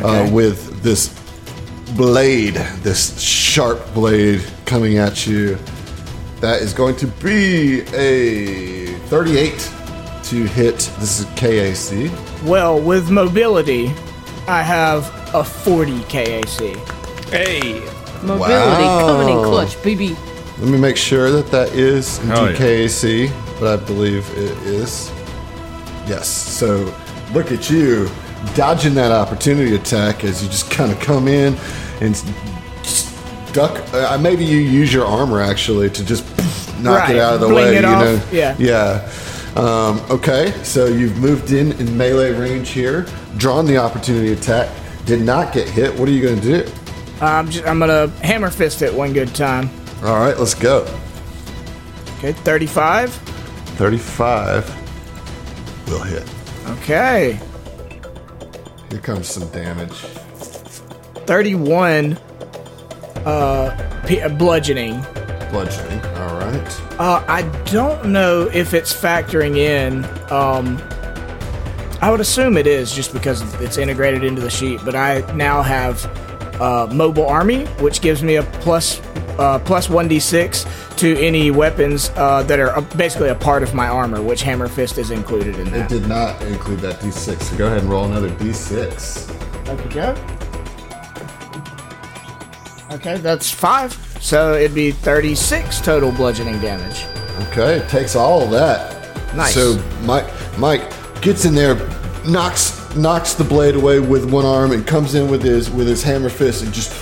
uh, with this blade, this sharp blade coming at you. That is going to be a 38 to hit. This is KAC.
Well, with mobility, I have a 40 KAC.
Hey,
Mobility coming in clutch, baby.
Let me make sure that that is
Hell yeah.
DKAC, but I believe it is. Yes. So look at you dodging that opportunity attack as you just kind of come in and s- s- duck. Uh, maybe you use your armor actually to just knock
Right.
it out of the
Bling
way.
it
you
off.
know?
Yeah.
Yeah. Um, okay, so you've moved in in melee range here, drawn the opportunity attack, did not get hit. What are you going to do?
I'm, just, I'm gonna hammer fist it one good time.
All right, let's go.
Okay, 35.
35 will hit.
Okay,
Here comes some damage.
31. Uh, p- uh, bludgeoning.
Bludgeoning. All right.
Uh, I don't know if it's factoring in. Um, I would assume it is just because it's integrated into the sheet. But I now have uh, mobile army, which gives me a plus uh, plus one d six to any weapons uh, that are uh, basically a part of my armor, which hammer fist is included in
It
that.
did not include that d6, so go ahead and roll another d6.
Okay, Okay, that's five. So it'd be thirty-six total bludgeoning damage.
Okay, it takes all of that.
Nice.
So Mike, Mike gets in there, knocks knocks the blade away with one arm, and comes in with his with his hammer fist and just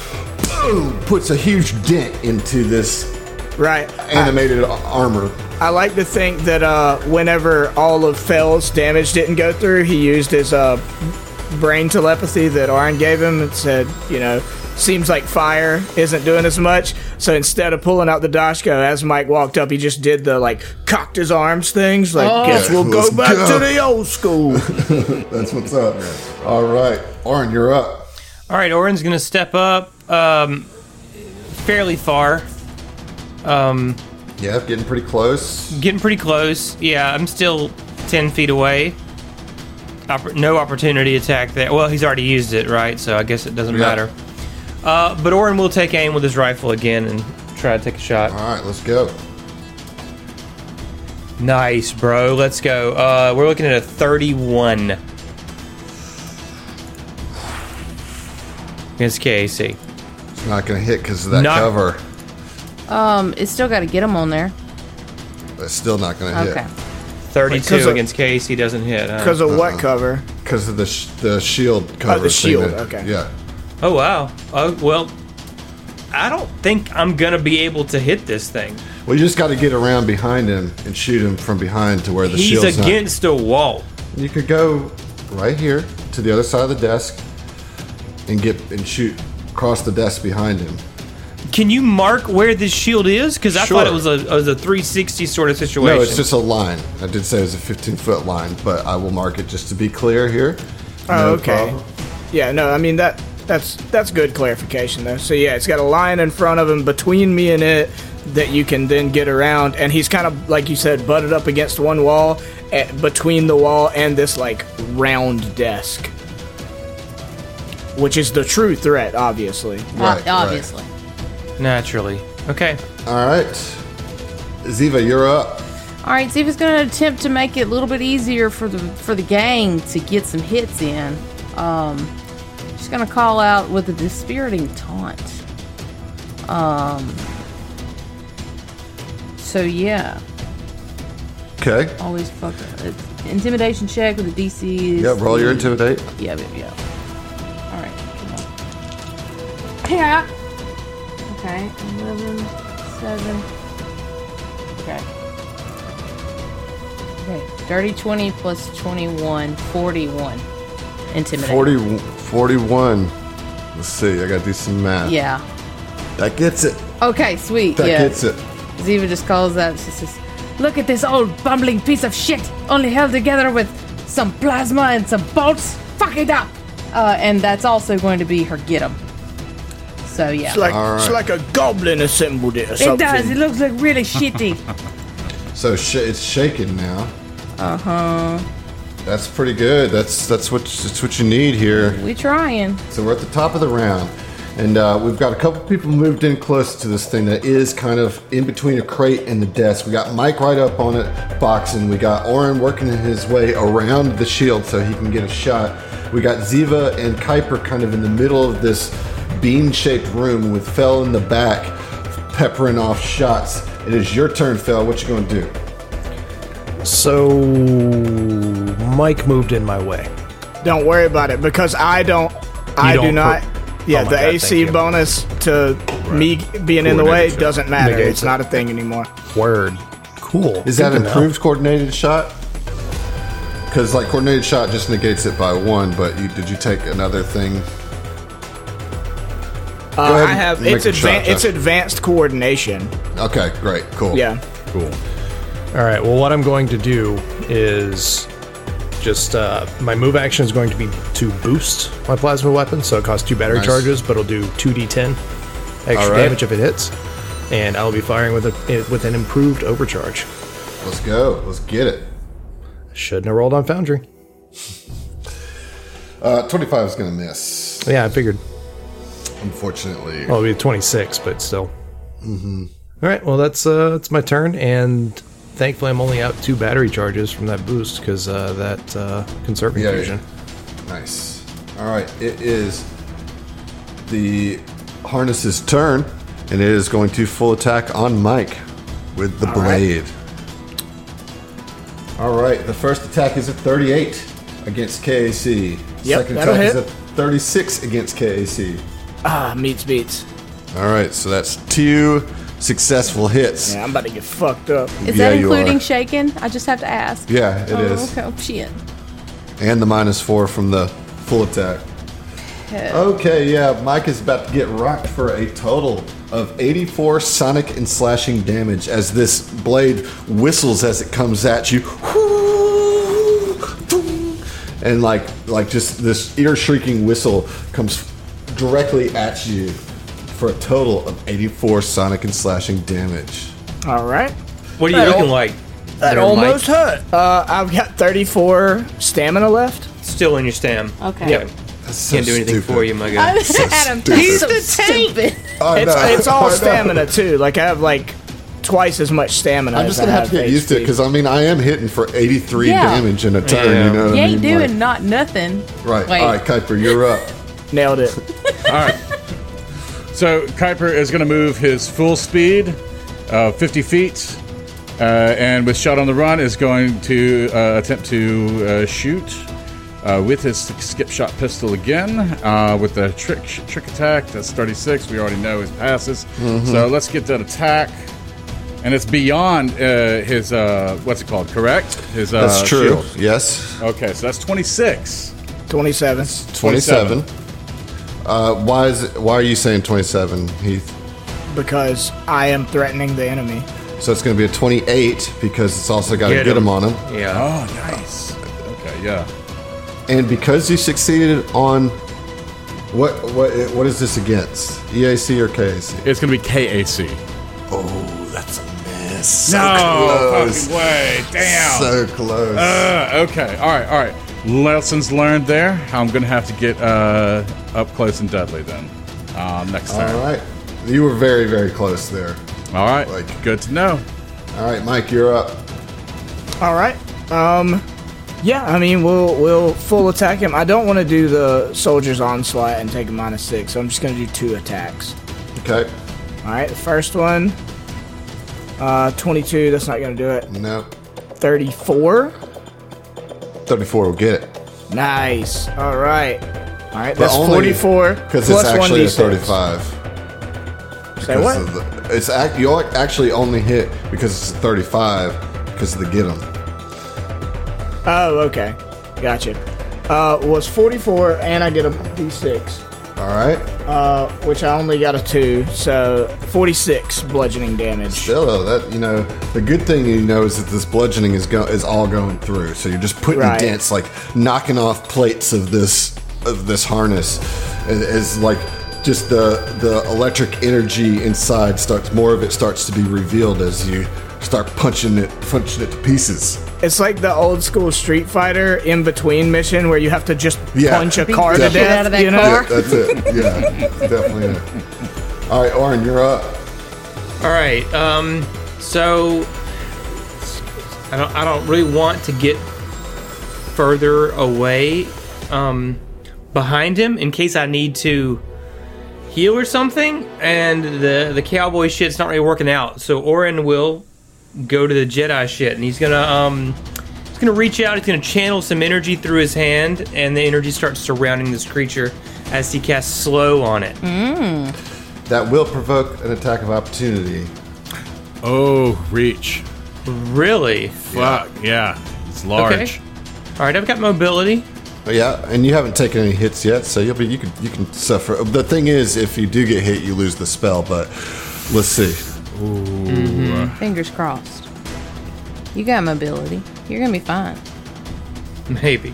boom puts a huge dent into this
Right.
animated a- armor.
I like to think that uh, whenever all of Fell's damage didn't go through, he used his uh, brain telepathy that Arn gave him and said, you know, seems like fire isn't doing as much. So instead of pulling out the Dashko, as Mike walked up, he just did the like cocked his arms things. Like, guess we'll go
Oh. Let's
back
go."
to the old school.
That's what's up. All right, Arn, you're up.
All right, Orin's gonna step up um, fairly far. Um,
Yeah, getting pretty close.
getting pretty close. Yeah, I'm still ten feet away. Oppor- no opportunity attack there. Well, he's already used it, right? So I guess it doesn't
Yeah.
matter. Uh, but Orin will take aim with his rifle again and try to take a shot.
All right, let's go.
Nice, bro. Let's go. Uh, we're looking at a 31. It's KAC.
It's not going to hit because of that
Not-
cover.
Um, it's still got to get him on there.
It's still not going to hit.
Okay.
32
Wait, 'cause of-
against KAC doesn't hit. huh?
Because of what cover?
Because of the sh- the shield cover. thing
shield,
that-
okay.
Yeah.
Oh wow. Oh well. I don't think I'm gonna be able to hit this thing.
Well, you just got to get around behind him and shoot him from behind to where the
He's
shield's not-
against a wall.
You could go right here to the other side of the desk and get and shoot across the desk behind him.
Can you mark where this shield is? Because I thought
Sure.
it was a it was a 360 sort of situation.
No, it's just a line. I did say it was a 15 foot line, but I will mark it just to be clear here.
Oh,
No
okay.
problem.
Yeah, no, I mean that that's that's good clarification though. So yeah, it's got a line in front of him between me and it that you can then get around, and he's kind of like you said, butted up against one wall, eh, between the wall and this like round desk, which is the true threat, obviously.
Right, right.
O- obviously.
naturally. Okay.
All right, Ziva, you're up.
All right, Ziva's going to attempt to make it a little bit easier for the for the gang to get some hits in. Um, she's going to call out with a dispiriting taunt. Um. So yeah,
Okay.
always fuck. It's intimidation check with the DC. is
Yeah, roll your
the-
intimidate.
Yeah, yeah, yeah. All right, come on. Yeah. Okay, 11, 7. Okay. Okay, dirty 20 plus 21, 41. Intimidate.
40, 41. Let's see. I got to do some math.
Yeah.
That gets it.
Okay, sweet.
That
yeah.
gets it.
Ziva just calls out. She says, Look at this old bumbling piece of shit, only held together with some plasma and some bolts. Fuck it up! Uh, and that's also going to be her get 'em. So, yeah.
It's like
All
it's
right.
like a goblin assembled it or
it
something.
does. It looks like really shitty.
So sh- it's shaking now. Uh huh.
Uh-huh.
That's pretty good. That's that's what that's what you need here.
We trying.
So we're at the top of the round, and uh, we've got a couple people moved in close to this thing that is kind of in between a crate and the desk. We got Mike right up on it boxing. We got Oren working his way around the shield so he can get a shot. We got Ziva and Kuiper kind of in the middle of this bean shaped room with Fell in the back, peppering off shots. It is your turn, Fell. What you gonna do?
So Mike moved in my way.
Don't worry about it because I don't. I
don't
do not.
put-
yeah,
Oh my
the
God,
AC
thank you.
bonus to me being in the way
Coordinated shot.
doesn't matter.
Negates
It's not a thing anymore.
Word. Cool.
Is that
Good to know.
improved coordinated shot? Because like coordinated shot just negates it by one, but you, did you take another thing?
Uh,
ahead
I
and
have
make
it's
a shot,
advanced. It's
Jeff.
advanced coordination.
Okay, great, cool.
Yeah.
Cool.
All right. Well, what I'm going to do is just uh, my move action is going to be to boost my plasma weapon, so it costs two battery
Nice.
charges, but it'll do two d10 extra
All right.
damage if it hits, and I'll be firing with a with an improved overcharge.
Let's go. Let's get it.
Shouldn't have rolled on Foundry.
Uh, Twenty-five is gonna miss,
Yeah, I figured.
unfortunately.
Well, it'll be 26, but still. Mm-hmm. right. Well, that's uh, that's my turn, and thankfully I'm only out two battery charges from that boost because uh, that uh, conserving
Yeah, yeah.
fusion.
Nice. All right, it is the harness's turn, and it is going to full attack on Mike with the blade. All right, the first attack is a 38 against KAC.
Yep,
Second
that'll
attack is a
hit.
36 against KAC.
Ah, meets beats.
All right, so that's two successful hits.
Yeah, I'm about to get fucked up.
Is
Oh, Yeah,
that
you
including
are.
shaken? I just have to ask.
Yeah, it is,
oh, Okay. Oh, shit.
And the minus four from the full attack. Okay, yeah, Mike is about to get rocked for a total of 84 sonic and slashing damage as this blade whistles as it comes at you. And like like just this ear shrieking whistle comes directly at you for a total of 84 sonic and slashing damage.
All right.
What are you
That
looking
al-
like?
That
there,
almost
Mike?
hurt. Uh, I've got 34 stamina left.
Still in your stem.
Okay.
Yep.
That's so
Can't do anything
stupid.
for you, my guy.
Adam,
stupid.
he's so stupid.
I
It's,
know,
it's
I
all
know.
stamina too. Like I have like twice as much stamina.
I'm
as
just
I
gonna have to get used to it
HP.
because I mean I am hitting for 83
Yeah.
damage in a turn.
Yeah.
You know what
You
I
ain't
mean?
doing
Like-
not nothing.
right.
Wait.
All right, Kuiper, you're up.
nailed it.
All right. So Kuiper is going to move his full speed, uh, 50 feet, uh, and with shot on the run is going to uh, attempt to uh, shoot uh, with his skip shot pistol again uh, with the trick trick attack. That's 36. We already know his passes.
Mm-hmm.
So let's get that attack. And it's beyond uh, his uh, what's it called? Correct? His uh,
That's true.
shield.
Yes.
Okay, so that's 26.
27.
27.
27.
Uh, why is it, why are you saying 27, Heath?
Because I am threatening the enemy.
So it's going to be a 28 because it's also got to
Get
get him
him.
on him.
Yeah.
Oh, nice. Okay, yeah.
And because you succeeded on what what what is this against? EAC or KAC?
It's going to be KAC.
Oh, that's a miss. So
No
close.
fucking way! Damn.
So close.
uh, okay. All right. All right. Lessons learned there. I'm gonna have to get uh, up close and deadly then. Um, next time.
All right. You were very very close there.
All right.
Like-
Good to know.
All right, Mike, you're up.
All right. Um, yeah. I mean, we'll we'll full attack him. I don't want to do the soldier's onslaught and take a minus six. So I'm just gonna do two attacks.
Okay.
All right. The first one. Uh, 22. That's not gonna do it.
No.
34.
34 will get it.
Nice. All right. All right.
But
That's
only-
44
Because it's
plus
actually a
1d6.
35.
Say
Because
what?
of the- it's act, you'll actually only hit because it's a 35 because of the get 'em.
Oh, okay. Gotcha. Uh, was 44, and I get a d6,
All right.
uh, which I only got a 2, so 46 bludgeoning damage.
Still, though, that you know, the good thing you know is that this bludgeoning is go- is all going through. So you're just putting
Right.
dents like knocking off plates of this of this harness and as like just the the electric energy inside starts more of it starts to be revealed as you start punching it punching it to pieces.
It's like the old school Street Fighter in between mission where you have to just
Yeah.
punch a
Beat
car
the
to
shit
death.
out of that
you know?
car.
Yeah, that's it. Yeah, definitely. it. All right, Oren, you're up.
All right. Um. So I don't. I don't really want to get further away. Um. behind him in case I need to heal or something. And the the cowboy shit's not really working out, so Orin will go to the Jedi shit, and he's gonna um he's gonna reach out. He's gonna channel some energy through his hand, and the energy starts surrounding this creature as he casts slow on it.
That will provoke an attack of opportunity.
Oh, reach.
Really?
Fuck. Yeah. It's large.
Okay. All right, I've got mobility.
But yeah, and you haven't taken any hits yet, so you'll be you can you can suffer. The thing is, if you do get hit, you lose the spell. But let's see.
Fingers crossed. You got mobility. You're gonna be fine.
Maybe.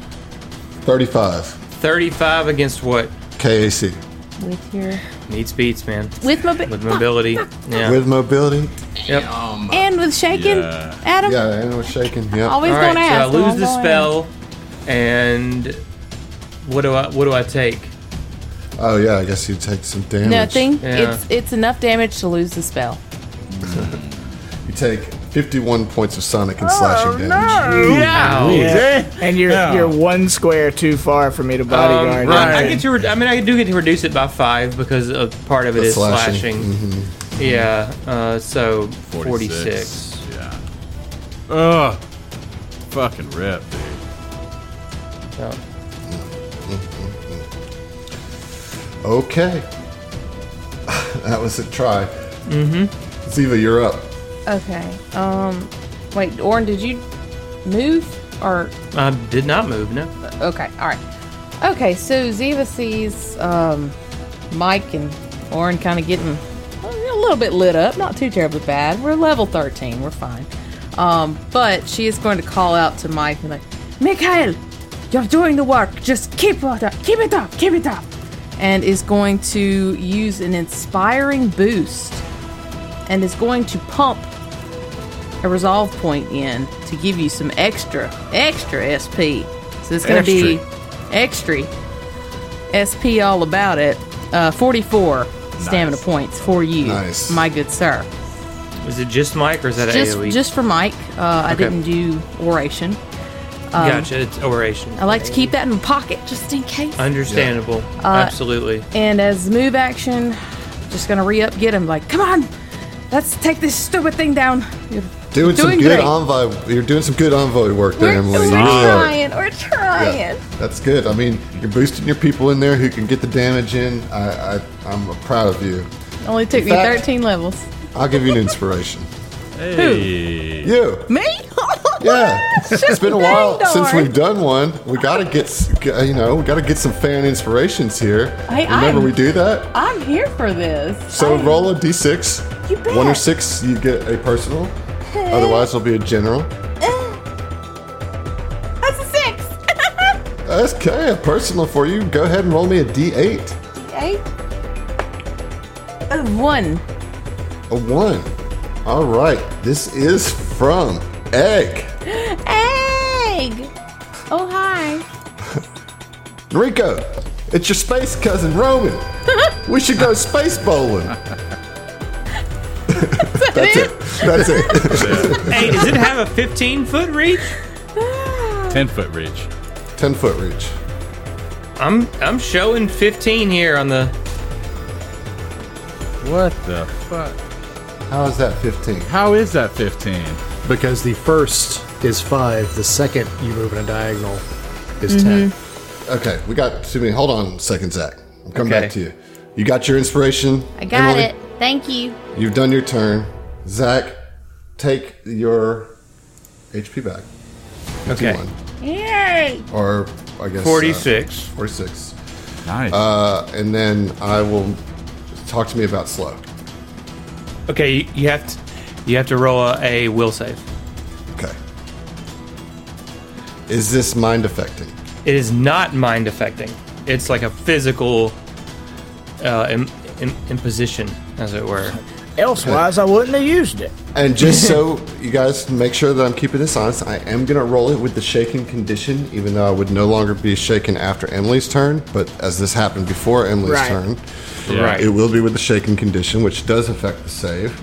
35
35 against what?
KAC
With your
Needs beats, man.
with, mobi-
With mobility. Yeah.
with mobility.
yep.
and with shaking,
Yeah.
Adam.
Yeah, and we're shaking. Yeah,
Always
All right,
gonna ask.
so I
I'm
lose the
going
spell, and what do I what do I take?
Oh yeah, I guess you take some damage.
Nothing.
Yeah.
It's it's enough damage to lose the spell.
You take 51 points of sonic
Oh,
and slashing damage.
Wow.
And you're you're one square too far for me to bodyguard.
Um,
right.
Um, I get to. Re- I mean, I do get to reduce it by five because a part of it
The
is
slashing. Mm-hmm.
slashing. Yeah. Uh, so forty
46.
six.
Yeah. Ugh. Fucking rip, dude.
So.
Okay, that was a try. Mm-hmm. Ziva, you're up.
Okay. Um. Wait, Orin, did you move or
I did not move. No.
Okay, all right. Okay, so Ziva sees um, Mike and Oren kind of getting a little bit lit up. Not too terribly bad. We're level 13. We're fine. Um, but she is going to call out to Mike and be like, Mikhail, you're doing the work. Just keep it up. Keep it up. Keep it up. And is going to use an inspiring boost and is going to pump a resolve point in to give you some extra, extra SP. So it's going to be extra SP all about it. Uh, 44 stamina points for you,
Nice.
my good sir.
Is it just Mike or is that
Just,
AOE?
just for Mike, uh, I didn't do oration.
gotcha. It's oration.
I like to keep that in my pocket just in case.
Uh. Understandable. Absolutely.
Uh, And as move action, just gonna re up get him. Like, come on, let's take this stupid thing down. You're
Doing, some
Doing
good
great.
envoy. You're doing some good envoy work there,
we're,
Emily.
we're
You really are.
trying. We're trying.
Yeah, that's good. I mean, you're boosting your people in there who can get the damage in. I, I I'm proud of you.
Only took me
fact-
13 levels.
I'll give you an inspiration.
Hey.
You.
Me?
Yeah, it's been a while
Dang
since
darn.
we've done one. We gotta get, s- g- you know, we gotta get some fan inspirations here.
Hey,
Remember
I'm-
we do that.
I'm here for this.
So
I-
roll a d6.
You bet.
One or six, you get a personal. Otherwise, it'll be a general.
That's a six.
Okay, a personal for you. Go ahead and roll me a d8.
Eight. A Oh, one.
A one. All right, this is from Egg.
Egg. Oh hi.
Enrico, it's your space cousin Roman. We should go space bowling. That's it. That's it.
hey, does it have a fifteen foot reach?
10 foot reach.
10 foot reach.
I'm I'm showing fifteen here on the
What the fuck?
How is that 15?
How is that 15?
Because the first is five, the second you move in a diagonal is ten.
Okay, we got too many. Hold on a second, Zach. I'm coming
Okay.
back to you. You got your inspiration.
I got
Emily?
it. Thank you.
You've done your turn. Zach, take your HP back.
Okay.
51.
Yay.
Or, I guess. uh,
forty six.
46.
Nice.
Uh, and then I will talk to me about slow.
Okay, you- you have to you have to roll a, a will save.
Okay. Is this mind affecting?
It is not mind affecting. It's like a physical uh, im- im- imposition, as it were.
Elsewise, I wouldn't have used it.
And just so you guys make sure that I'm keeping this honest, I am going to roll it with the shaken condition, even though I would no longer be shaken after Emily's turn. But as this happened before Emily's
Right.
turn,
Right.
it will be with the shaken condition, which does affect the save.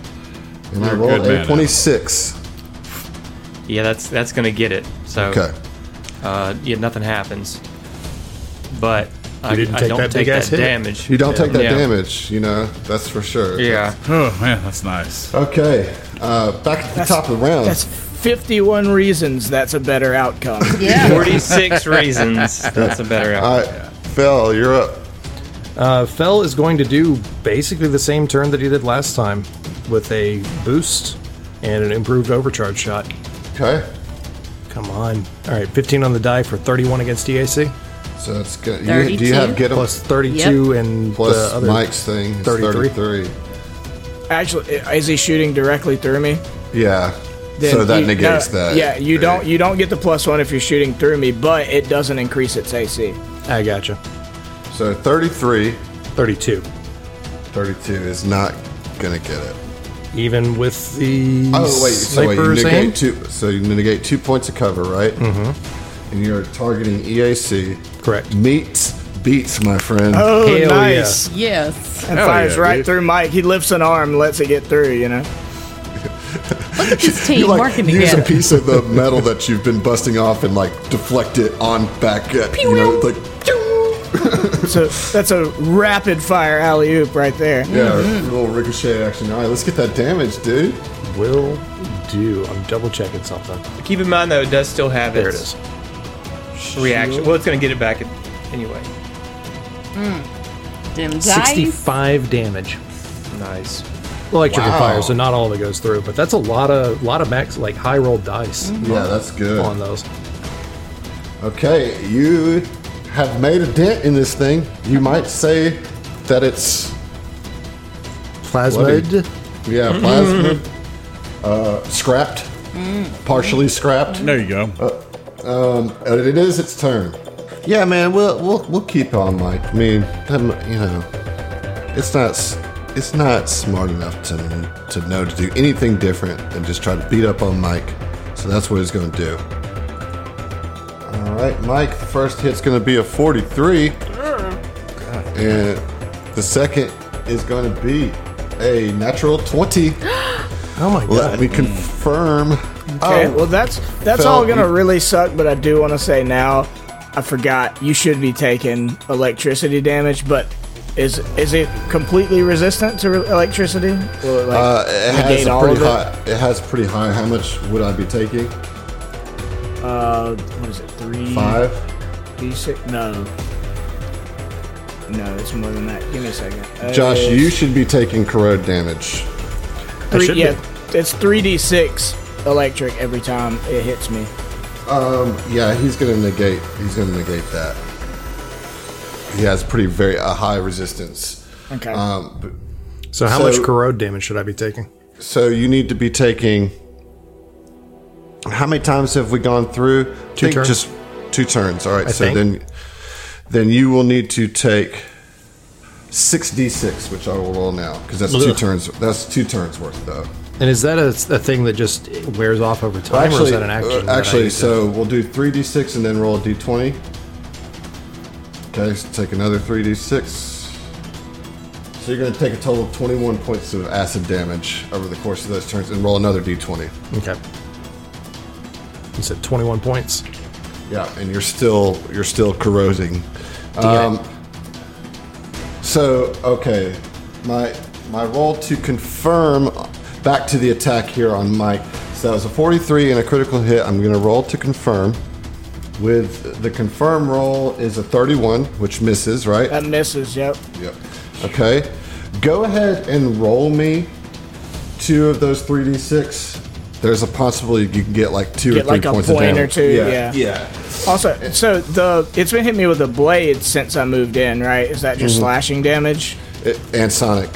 And I
You're a
rolled
good man,
a
Adam.
26.
Yeah, that's
Oh.
that's gonna get it. So
Okay.
uh, yeah, nothing happens. But I,
didn't
I
take
don't
that
take
big
that
ass hit.
damage.
You don't take that
Yeah.
damage, you know, that's for sure.
Yeah.
Oh man, that's nice.
Okay. Uh, back at the top of the round.
That's 51 reasons that's a better outcome.
Yeah.
46 reasons. That's a better outcome.
All right, Phil, you're up.
Uh, Fell is going to do basically the same turn that he did last time with a boost and an improved overcharge shot.
Okay.
Come on. All right, 15 on the die for 31 against DAC,
So that's good. You, do you
32?
have get 'em?
plus 32 and
plus
the other.
Mike's thing? It's
33.
33.
Actually, is he shooting directly through me?
Yeah.
Then
so that
you-
negates
no,
that.
Yeah, you
right?
don't you don't get the plus one if you're shooting through me, but it doesn't increase its AC.
I Ah, gotcha.
So 33,
32.
32 is not gonna get it.
Even with the
Oh wait, so wait, you
sniper's
negate
aim?
two. So you negate two points of cover, right? Mm-hmm. And you're targeting EAC.
Correct.
Meets beats, my friend.
Oh,
Hell yeah.
nice!
yes.
And
Hell
fires
yeah,
right
dude.
through Mike. He lifts an arm, lets it get through. You know,
Look at this
You
team
like
working
use
together.
a piece of the metal that you've been busting off and like deflect it on back at you know like
so that's a rapid fire alley oop right there.
yeah a little ricochet action. All right, let's get that damage, dude.
Will do. I'm double checking something.
Keep in mind, though, it does still have
There it
its
is.
reaction. Well, it's going to get it back anyway.
Them dice.
65 damage.
Nice.
Electric and
Wow.
fire, so not all of it goes through, but that's a lot of lot of max like high roll dice
Yeah, that's Mm-hmm. good.
on those.
Okay, you have made a dent in this thing. You might say that it's
Plasmid.
yeah plasma uh, scrapped, partially scrapped.
There you go.
Uh, Um, and it is its turn. Yeah, man, we'll we'll we'll keep on, Mike. I mean, um, you know, it's not s- it's not smart enough to to know to do anything different than just try to beat up on Mike. So that's what it's going to do. All right, Mike. The first hit's going to be a forty-three,
Mm.
and the second is going to be a natural twenty.
Oh my
Let
god.
me confirm.
Mm. Okay,
Oh,
well that's that's
Phil,
all gonna
you-
really suck. But I do want to say now, I forgot you should be taking electricity damage, but. Is, is it completely resistant to re- electricity? Will it, like,
Uh, it has
negate
a
all
pretty
of it?
high. It? has pretty high. How much would I be taking?
Uh, what is it? Three.
Five.
D6? No. No, it's more than that. Give me a second. Uh,
Josh,
it's
you should be taking corrode damage.
three-
should be.
yeah, it's three D6 electric every time it hits me.
Yeah, he's gonna negate. He's gonna negate that. He has pretty very a high resistance.
Okay.
Um, b-
So how
So-
much corrode damage should I be taking?
so you need to be taking. How many times have we gone through? Two
turns.
Just two turns. All right. so
think.
then, then you will need to take six d six, which I will roll now because that's two
Ugh.
turns. That's two turns worth though.
And is that a, a thing that just wears off over time, or is that an action?
uh,
that I
actually,
need to-
so we'll do 3d6 and then roll a d20. Okay, so take another 3d6. So you're going to take a total of 21 points of acid damage over the course of those turns and roll another d20.
okay. You said 21 points.
Yeah, and you're still you're still corroding. Um, so okay, my my roll to confirm back to the attack here on Mike. So that was a 43 and a critical hit. I'm going to roll to confirm. With the confirm roll is a 31, which misses, right?
That misses, yep.
Yep. Okay. Go ahead and roll me two of those 3d6. There's a possibility you can get like two
Get
or three
like a
points of
point or
damage.
two, yeah.
Yeah.
Also, so the it's been hitting me with a blade since I moved in, right? Is that just
Mm-hmm.
slashing damage?
It, and Sonic.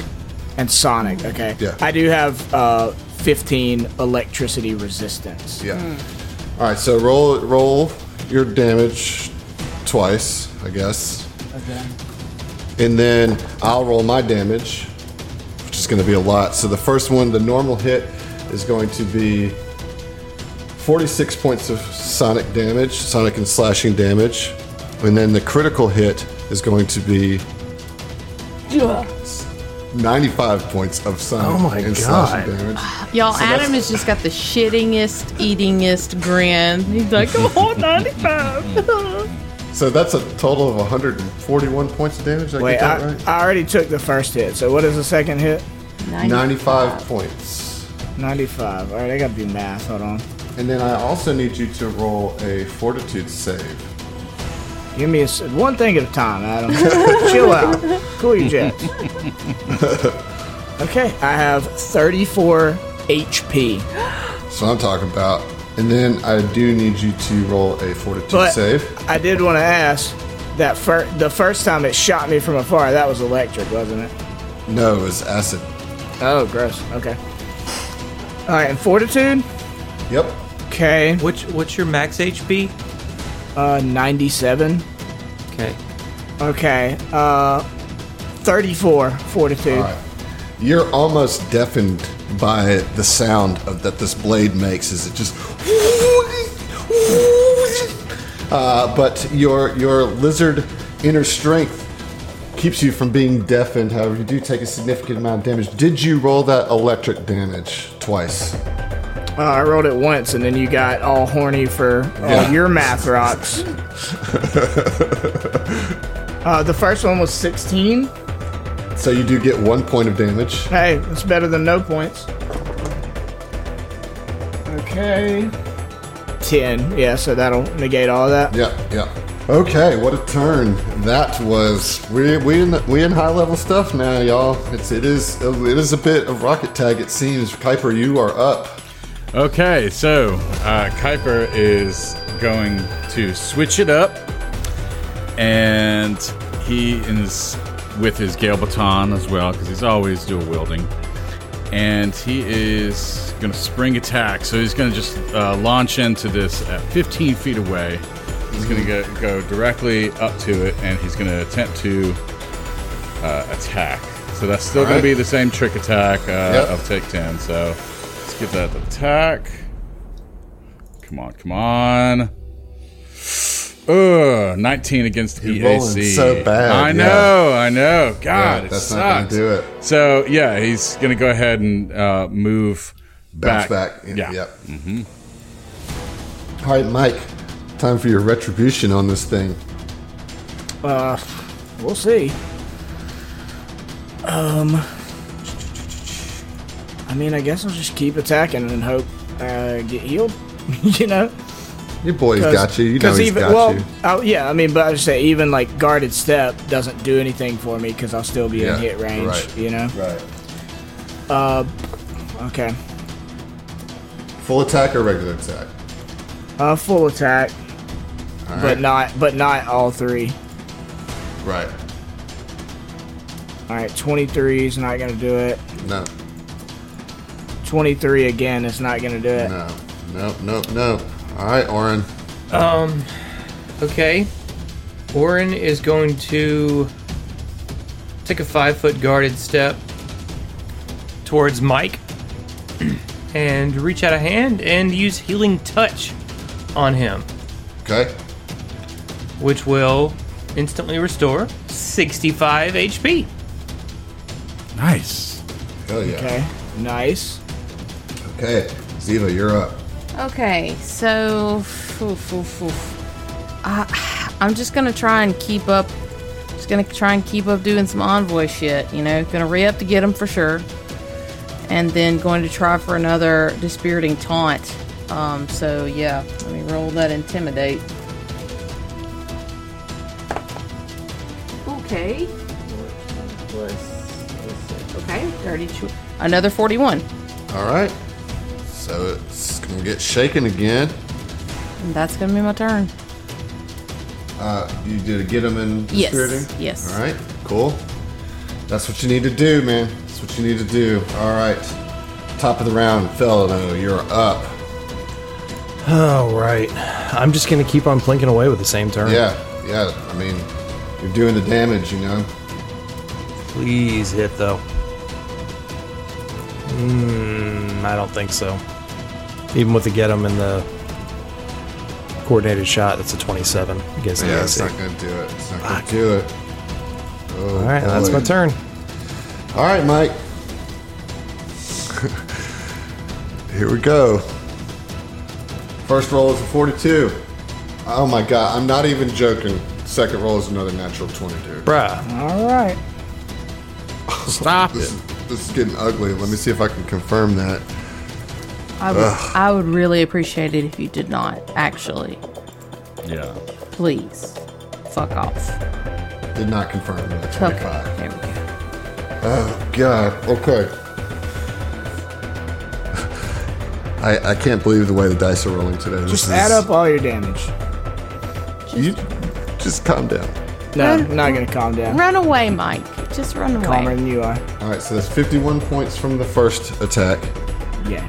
And sonic, okay.
Yeah.
I do have uh, 15 electricity resistance.
Yeah. All right. So roll roll your damage twice, I guess,
Okay.
and then I'll roll my damage, which is going to be a lot. So the first one, the normal hit, is going to be forty-six points of sonic damage, sonic and slashing damage, and then the critical hit is going to be. 95 points of sonic
Oh my
and
God.
slashing damage.
Y'all, Adam has just got the shittingest, eatingest grin. He's like, oh, 95.
So that's a total of 141 points of damage. Did I
Wait,
get that
I,
right?
I already took the first hit. So what is the second hit?
95 points.
95. All right, I gotta do math. Hold on.
And then I also need you to roll a fortitude save.
Give me a s one thing at a time, Adam. Chill out. Cool your jets. okay, I have 34 HP.
That's what I'm talking about. And then I do need you to roll a fortitude
But
save.
I did want to ask that fir- the first time it shot me from afar, that was electric, wasn't it?
No, it was acid.
Oh, gross. Okay. All right, and fortitude.
Yep.
Okay,
What's what's your max HP?
uh, 97.
Okay.
Okay, uh, 34 fortitude.
All right. You're almost deafened by the sound of, that this blade makes. Is it just? Uh, but your your lizard inner strength keeps you from being deafened. However, you do take a significant amount of damage. Did you roll that electric damage twice?
Uh, I rolled it once, and then you got all horny for all
Yeah.
your math rocks. uh, the first one was 16.
So you do get one point of damage.
Hey, it's better than no points. Okay. 10. Yeah, so that'll negate all that.
Yeah, yeah. Okay, what a turn that was. We we in we in high level stuff now, y'all. It's it is it is a bit of rocket tag. It seems Kuiper, you are up.
Okay, so uh, Kuiper is going to switch it up, and he is with his Gale Baton as well, because he's always dual wielding. And he is going to spring attack, so he's going to just uh, launch into this at 15 feet away. He's going to go, go directly up to it, and he's going to attempt to uh, attack. So that's still going
right.
to be the same trick attack uh,
Yep.
of take 10. So let's get that attack. Come on, come on. Ugh, 19 against
You're rolling
EAC.
so bad,
I
yeah.
know, I know. God,
Yeah,
it
that's
sucks.
not gonna do it.
So yeah, he's gonna go ahead and uh, move
Bounce
back.
back.
Yeah.
Yep. All right, Mike. Time for your retribution on this thing.
Uh, we'll see. Um, I mean, I guess I'll just keep attacking and hope uh, get healed. you know,
Your boy's
'Cause-
got you. You know
'cause
he's
even,
got
well,
you.
I- yeah, I mean, but I just say even like guarded step doesn't do anything for me because I'll still be
Yeah,
in hit range.
right.
You know.
Right.
Uh, okay.
Full attack or regular attack?
Uh, full attack,
All
but not but not all three.
Right.
All right, twenty three is not gonna do it.
No.
Twenty three again is not gonna do it.
No. No. No. No. All right, Oren.
Um. Okay. Orin is going to take a five foot guarded step towards Mike and reach out a hand and use healing touch on him,
Okay.
which will instantly restore 65 HP.
Nice.
Hell yeah.
Okay, nice.
Okay. Ziva, you're up.
Okay, so oof, oof, oof. Uh, I'm just gonna try and keep up. Just gonna try and keep up doing some envoy shit. You know, gonna re up to get him for sure, and then going to try for another dispiriting taunt. Um, so yeah, let me roll that intimidate. Okay. Okay, 32. Another 41.
All right. So it's going to get shaken again.
And that's going to be my turn.
Uh, you did get him in
Yes,
dispiriting?
yes.
All right. Cool. That's what you need to do, man. That's what you need to do. All right. Top of the round, Felino, you're up.
All Oh, right. I'm just going to keep on plinking away with the same turn.
Yeah. Yeah. I mean, you're doing the damage, you know?
Please hit, though. Mm, I don't think so. Even with the get 'em and the coordinated shot, it's a 27 against the
Yeah, it's
AC.
not going to do it. It's not going to do it. Oh,
All right, that's
boy.
my turn.
All right, Mike. Here we go. First roll is a 42. Oh my god, I'm not even joking. Second roll is another natural 20, dude.
Bruh.
All right.
Stop
This,
it.
is- this is getting ugly. Let me see if I can confirm that.
I would, I would really appreciate it if you did not, actually.
Yeah.
Please. Fuck off.
Did not confirm that.
Okay.
25.
There we go.
Oh god. Okay. I, I can't believe the way the dice are rolling today. This
Just
is-
add up all your damage.
You just calm down.
No, I'm not gonna calm down.
Run away, Mike. Just run away.
Calmer than you are.
All right, so that's 51 points from the first attack.
Yeah.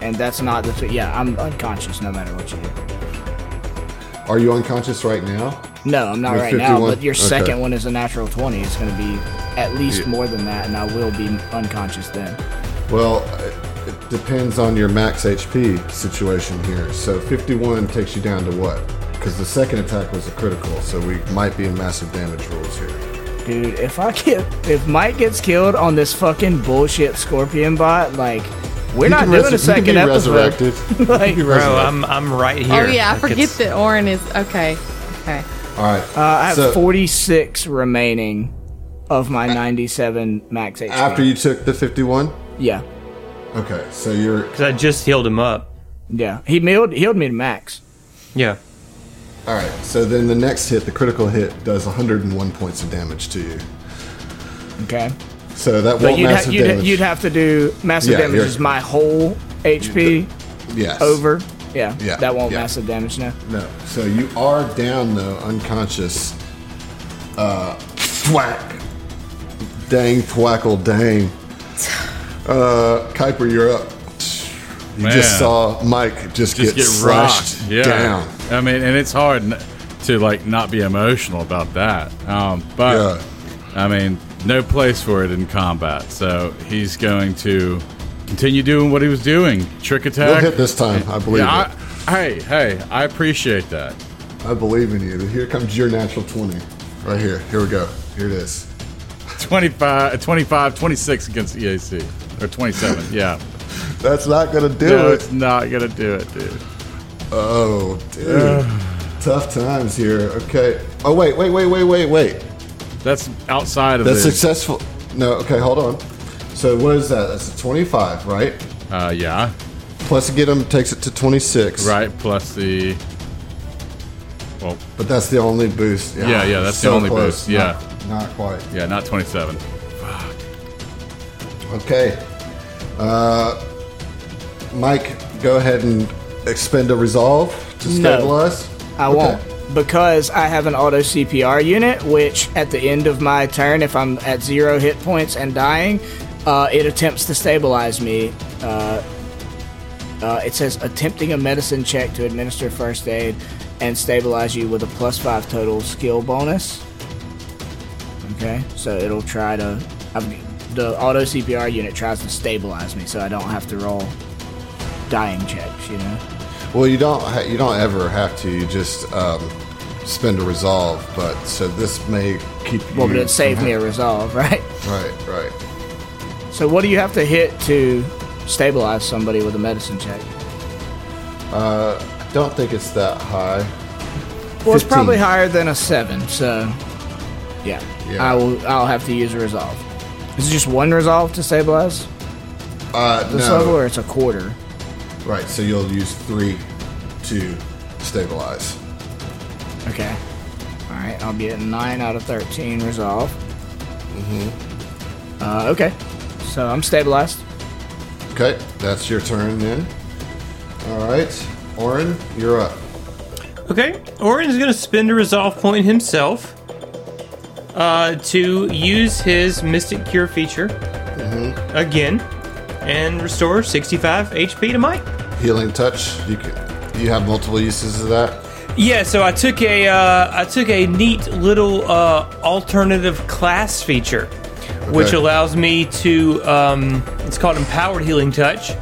And that's not the. Th- yeah, I'm unconscious no matter what you do.
Are you unconscious right now?
No, I'm not
With
right now.
51?
But your
Okay.
second one is a natural twenty. It's gonna be at least more than that, and I will be unconscious then.
Well, it, it depends on your max HP situation here. So 51 takes you down to what? Because the second attack was a critical, so we might be in massive damage rules here.
Dude, if I get if Mike gets killed on this fucking bullshit scorpion bot, like we're not doing a second
you can be
episode.
resurrected. You can
Like,
be
Bro,
resurrected.
I'm I'm right here.
Oh, yeah. I
Like,
forget
it's-
that Orin is. Okay. Okay.
All right.
Uh, I have
so
46 remaining of my 97 max HP.
after you took the 51.
yeah,
Okay, so you're
'cause I just healed him up.
yeah, he healed healed me to max.
Yeah.
all right. So then the next hit, the critical hit, does 101 points of damage to you.
Okay,
So that
but
won't
you'd, ha-
massive
you'd, ha-
damage.
you'd have to do massive
Yeah,
damage
you're-
is my whole HP
yes.
over. Yeah,
Yeah,
that won't
yeah.
massive damage now.
No. So you are down though, unconscious. Uh, thwack. Dang, thwackle, dang. Uh, Kuiper, you're up. You just
Man.
saw Mike just,
Just
get,
get,
slashed
rocked. Yeah.
down.
I mean, and it's hard n- to like not be emotional about that. Um, but I mean, no place for it in combat. So he's going to continue doing what he was doing. Trick
You'll
attack.
hit this time, I believe.
Yeah,
it.
I, hey, hey, I appreciate that.
I believe in you. Here comes your natural 20. Right here. Here we go. Here it is.
25, 25 26 against EAC. Or 27, yeah.
That's not going to do
no,
it.
it's not going to do it, dude.
Oh, dude. Tough times here. Okay. Oh, wait, wait, wait, wait, wait, wait.
That's outside of
That's
the-
successful. No, okay, hold on. So what is that? That's a 25, right?
Uh, yeah,
Plus get him takes it to 26.
right, plus the... Well,
But that's the only boost.
Yeah, yeah, that's the only boost, yeah.
Not, not quite.
yeah, not 27.
Okay. Uh, Mike, go ahead and expend a resolve to stabilize.
I
Okay.
won't because I have an auto CPR unit, which at the end of my turn, if I'm at zero hit points and dying, uh, it attempts to stabilize me. Uh, uh, it says attempting a medicine check to administer first aid and stabilize you with a plus five total skill bonus. Okay, so it'll try to. I've, the auto CPR unit tries to stabilize me, so I don't have to roll dying checks. You know.
Well, you don't ha- you don't ever have to. You just um, spend a resolve, but so this may keep you.
Well, but it saved me a resolve, right?
Right, right.
So what do you have to hit to stabilize somebody with a medicine check?
Uh, don't think it's that high.
Well, it's
15.
probably higher than a seven, so yeah,
Yeah.
I will. I'll have to use a resolve. Is it just one resolve to stabilize
Uh,
this
no.
level, or it's a quarter?
Right, so you'll use three to stabilize.
Okay. All right, I'll be at nine out of thirteen resolve. Mm-hmm.
Mm-hmm.
Uh, okay, so I'm stabilized.
Okay, that's your turn then. All right, Orin, you're up.
Okay, Orin's gonna spend a resolve point himself uh, to use his Mystic Cure feature again and restore 65 HP to Mike.
Healing touch. You can, you have multiple uses of that.
Yeah, so I took a uh, I took a neat little uh, alternative class feature, which
Okay.
allows me to um, it's called Empowered Healing Touch.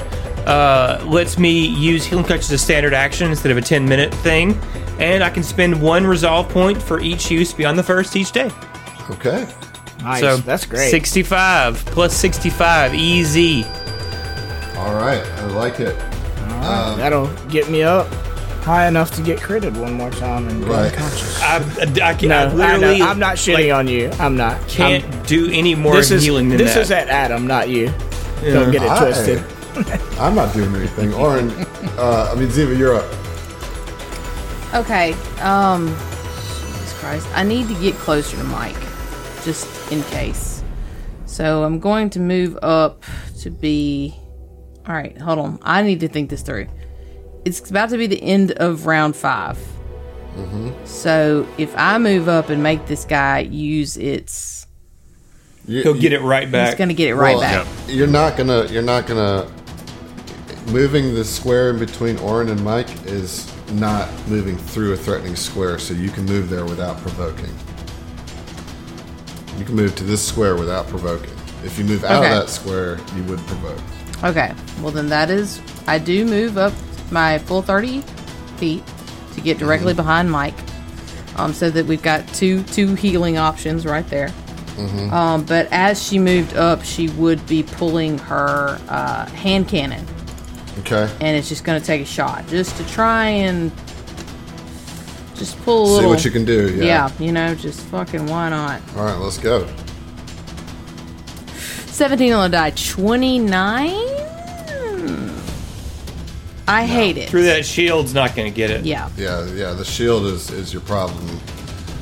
Uh, lets me use Healing Touch as a standard action instead of a ten minute thing, and I can spend one resolve point for each use beyond the first each day.
Okay.
Nice,
so
that's great.
Sixty five plus sixty five, easy.
All right, I like it.
That'll get me up. high enough to get critted one more time and go
Right.
unconscious.
I, I, can,
No,
I
I know.
literally
I'm not shitting on you. I'm not. I'm-
can't do any more
this is
healing than
this
that.
is at Adam, not you. Don't get it
I-
twisted.
I'm not doing anything. Orin, uh, I mean, Ziva, you're up.
Okay. Um. Jesus Christ. I need to get closer to Mike, just in case. So I'm going to move up to be. All right. Hold on. I need to think this through. It's about to be the end of round 5 Mm-hmm. So if I move up and make this guy use its,
You,
He'll get it right
he's
back.
going to get it right
Well,
back.
You're not gonna. You're not gonna. Moving the square in between Orin and Mike is not moving through a threatening square, so you can move there without provoking. You can move to this square without provoking. If you move out
Okay.
of that square, you would provoke.
Okay. Well, then that is. I do move up my full 30 feet to get
Mm-hmm.
directly behind Mike. Um, so that we've got two two healing options right there.
Mm-hmm.
Um, but as she moved up, she would be pulling her uh, hand cannon,
Okay.
and it's just going to take a shot just to try and just pull a
See
little.
what you can do. Yeah.
yeah, you know, just fucking why not?
All right, let's go.
17 on the die, 29. I hate it.
Through that shield's not going to get it.
Yeah.
Yeah, yeah. The shield is is your problem.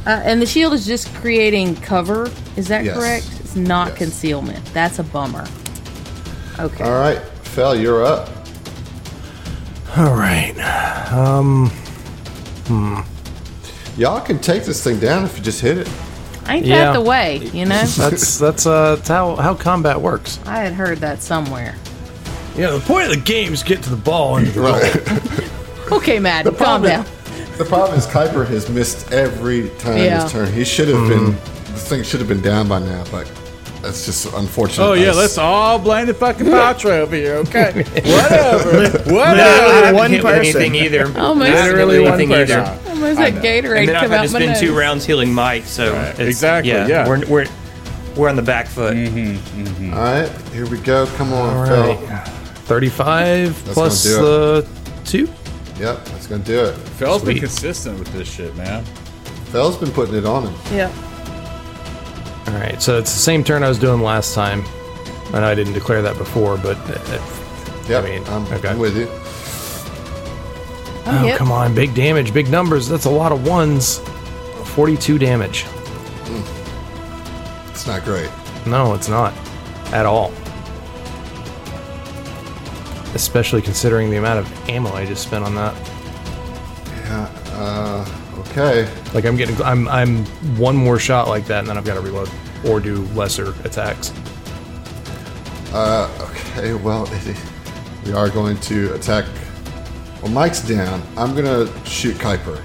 Uh, and the shield is just creating cover. Is that
Yes.
correct? It's not
Yes.
concealment. That's a bummer. Okay.
All right, Fel, you're up.
All right.
Y'all can take this thing down if you just hit it.
Ain't that
Yeah.
the way? You know,
That's that's uh that's how how combat works.
I had heard that somewhere.
Yeah, the point of the game is get to the ball and the
Okay, Madden, calm
problem-
down.
The problem is Kuiper has missed every time
Yeah.
his turn. He should have
Mm-hmm.
been. This thing should have been down by now, but that's just unfortunate.
Oh yeah,
us.
let's all blame the fucking Patra over here, okay? Whatever.
No, I
Whatever.
haven't
one
hit
person.
with anything either.
Oh my
I haven't hit with
Literally one
anything either.
Where's that Gatorade
And then I've
come
had
out
to
my
spend two
nose?
rounds healing Mike, so
Right.
it's-
Exactly, yeah.
We're, we're we're on the back foot.
All right, here we go. Come on,
All
Fel.
right. 35
That's
plus
gonna do
the 2.
Yep, that's gonna do it.
Phil's been
Sweet.
consistent with this shit, man.
Fel's been putting it on him.
Yeah.
All right. So it's the same turn I was doing last time. I know I didn't declare that before, but uh,
Yep,
I mean,
I'm,
okay.
I'm with you.
I'm
oh,
hit.
come on, big damage, big numbers. That's a lot of ones. 42 damage.
It's not great.
No, it's not at all. Especially considering the amount of ammo I just spent on that.
Yeah. Uh, okay.
Like I'm getting, I'm, I'm one more shot like that, and then I've got to reload or do lesser attacks.
Uh, okay, well, we are going to attack. Well, Mike's down. I'm gonna shoot Kuiper.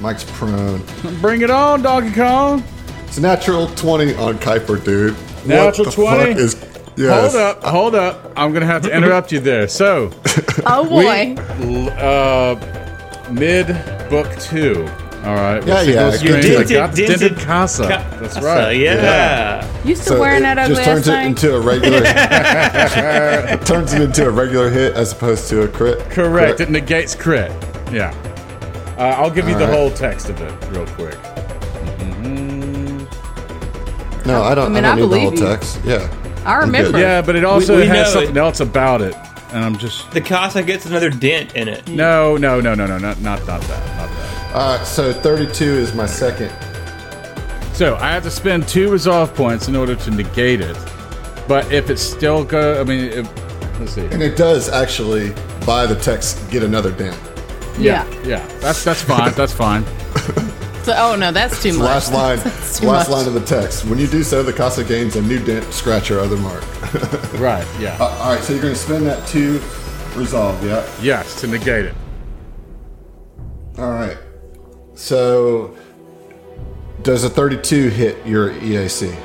Mike's prone.
Bring it on, Donkey Kong.
It's a natural 20 on Kuiper, dude.
Natural
what the
20?
Fuck is, yes.
Hold up, hold up. I'm gonna have to interrupt you there. So
Oh boy.
l- uh, mid book two. All right.
Yeah, yeah, you
Single screen.
did
I
it,
got
did
dented
it.
casa.
Ca-
That's
So,
right.
yeah.
You still wearing that ugly
just turns
ass
it
thing?
into a regular. it turns it into a regular hit as opposed to a crit.
Correct.
Crit.
It negates crit. Yeah. Uh, I'll give you
All
the
right.
whole text of it real quick.
No, I don't.
I
I,
mean, I
don't need the whole
believe you.
text. Yeah.
I
I'm good.
remember.
Yeah, but it also
we
has
know
something
it.
else about it, and I'm just
The Casa gets another dent in it.
no, no, no, no, no, not not not that, not that.
All right. So 32 is my second.
So I have to spend two resolve points in order to negate it, but if it still go, I mean, if, let's see.
And it does actually, by the text, get another dent.
Yeah.
Yeah, that's that's fine. That's fine.
So, oh no, that's too
The
much.
last line,
That's too
last
much.
line of the text. When you do so, the Casa gains a new dent, scratch, or other mark.
Right. Yeah.
Uh, all right, so you're going to spend that two resolve, yeah?
yes, to negate it.
All right. So, does a 32 hit your E EAC?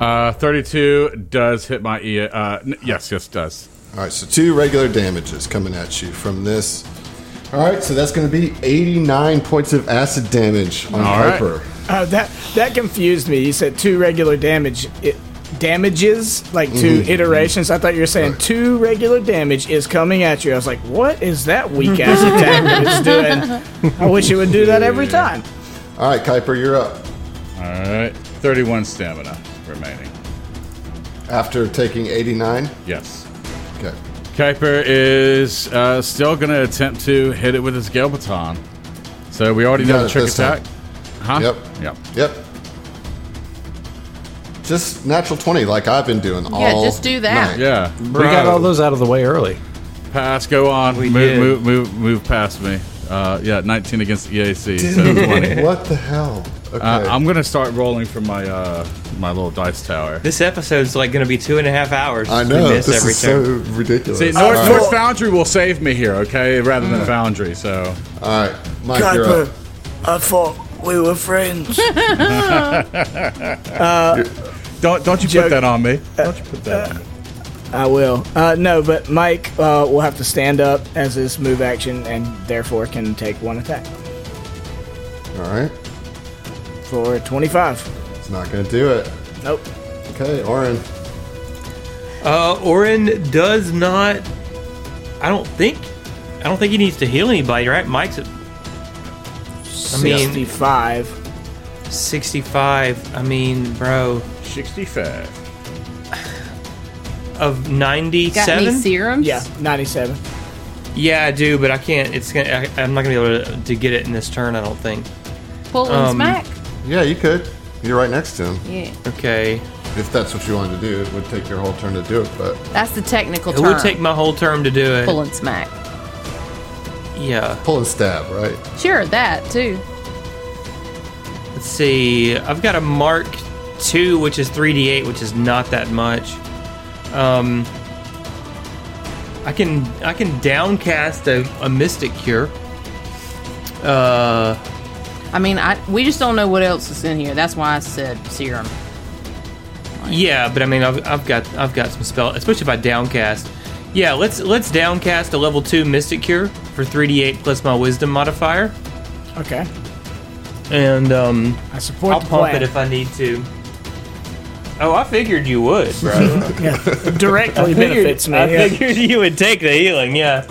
Uh, thirty-two does hit my e. Uh, n- yes, yes, does.
All right, so two regular damages coming at you from this. All right, so that's going to be 89 points of acid damage on
All right.
Harper.
Uh, that that confused me. You said two regular damage. It, damages, like 2 iterations. I thought you were saying two regular damage is coming at you. I was like, what is that weak ass attack that it's doing? I wish it would do that every time.
All right, Kuiper, you're up.
All right, 31 stamina remaining.
After taking 89.
Yes.
Okay.
Kuiper is uh, still going to attempt to hit it with his Gale Baton. So we already
You
know
got
the
it
trick
this time.
attack. Huh?
Yep.
Yep.
Yep. Just natural 20, like I've been doing all
Yeah, just do
night.
that.
Yeah.
We got all those out of the way early.
Pass, go on.
We
move,
did.
move, move, move past me. Uh, yeah, 19 against EAC. So 20.
What the hell? Okay.
Uh, I'm gonna start rolling from my uh, my little dice tower.
This episode's like going to be two and a half hours.
I
We
know.
miss
This
every
is
turn.
so ridiculous.
See,
all
Uh, North,
right.
North Foundry will save me here, okay? Rather
Mm.
than Foundry, so
All right. Mike, you're up.
Kuiper, I thought we were friends.
don't don't you put
Joke.
that on me.
Uh,
Don't you put that on me.
I will. Uh, no, but Mike uh, will have to stand up as his move action and therefore can take one attack
All right.
for 25.
It's not going to do it.
Nope.
Okay, Oren.
Uh, Orin does not. I don't think. I don't think he needs to heal anybody, right? Mike's at I mean,
65.
65. I mean, bro,
65.
of
Got any
97.
serums?
Yeah, 97.
Yeah, I do, but I can't. It's gonna. I, I'm not gonna be able to, to get it in this turn. I don't think.
Pull and
Um,
smack.
Yeah, you could. You're right next to him.
Yeah,
Okay,
If that's what you wanted to do, it would take your whole turn to do it, but
that's the technical
it
term.
would take my whole turn to do it.
pull and smack.
Yeah.
pull and stab, right?
Sure, that too.
Let's see. I've got a Mark Two, which is 3d8, which is not that much. Um, I can I can downcast a, a Mystic Cure. Uh,
I mean, I we just don't know what else is in here. That's why I said serum.
yeah, but I mean, I've, I've got I've got some spell, especially if I downcast. Yeah, let's let's downcast a level two Mystic Cure for 3d8 plus my Wisdom modifier,
Okay.
and um,
I support
I'll
the
pump it
plan.
if I need to. Oh, I figured you would, bro.
Directly benefits me.
I
Yeah.
figured you would take the healing, yeah.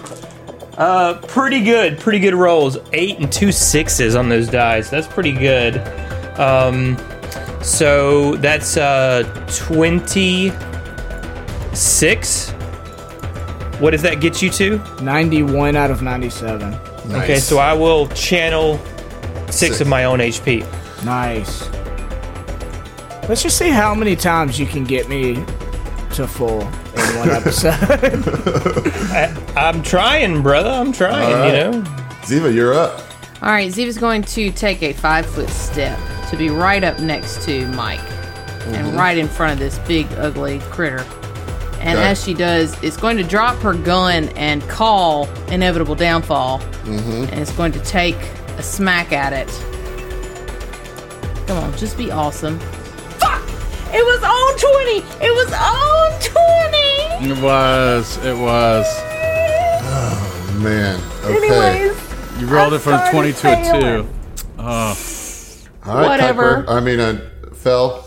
Uh, pretty good, pretty good rolls. Eight and two sixes on those dice. That's pretty good. Um, so that's uh twenty six. What does that get you to?
91 out of 97.
Nice.
Okay, so I will channel six,
Six.
of my own HP.
Nice. Let's just see how many times you can get me to full in one episode.
I'm trying, brother. I'm trying.
All right.
You know.
Ziva, you're up.
All right, Ziva's going to take a five foot step to be right up next to Mike and right in front of this big, ugly critter. And
Okay.
as she does, it's going to drop her gun and call Inevitable Downfall. And it's going to take a smack at it. Come on, just be awesome. Fuck! It was on 20! It was on 20!
It was. It was.
Man. Okay.
Anyways,
You rolled it from
started
20 to a 2.
failing.
All right,
Whatever.
Kuiper. I mean, I fell.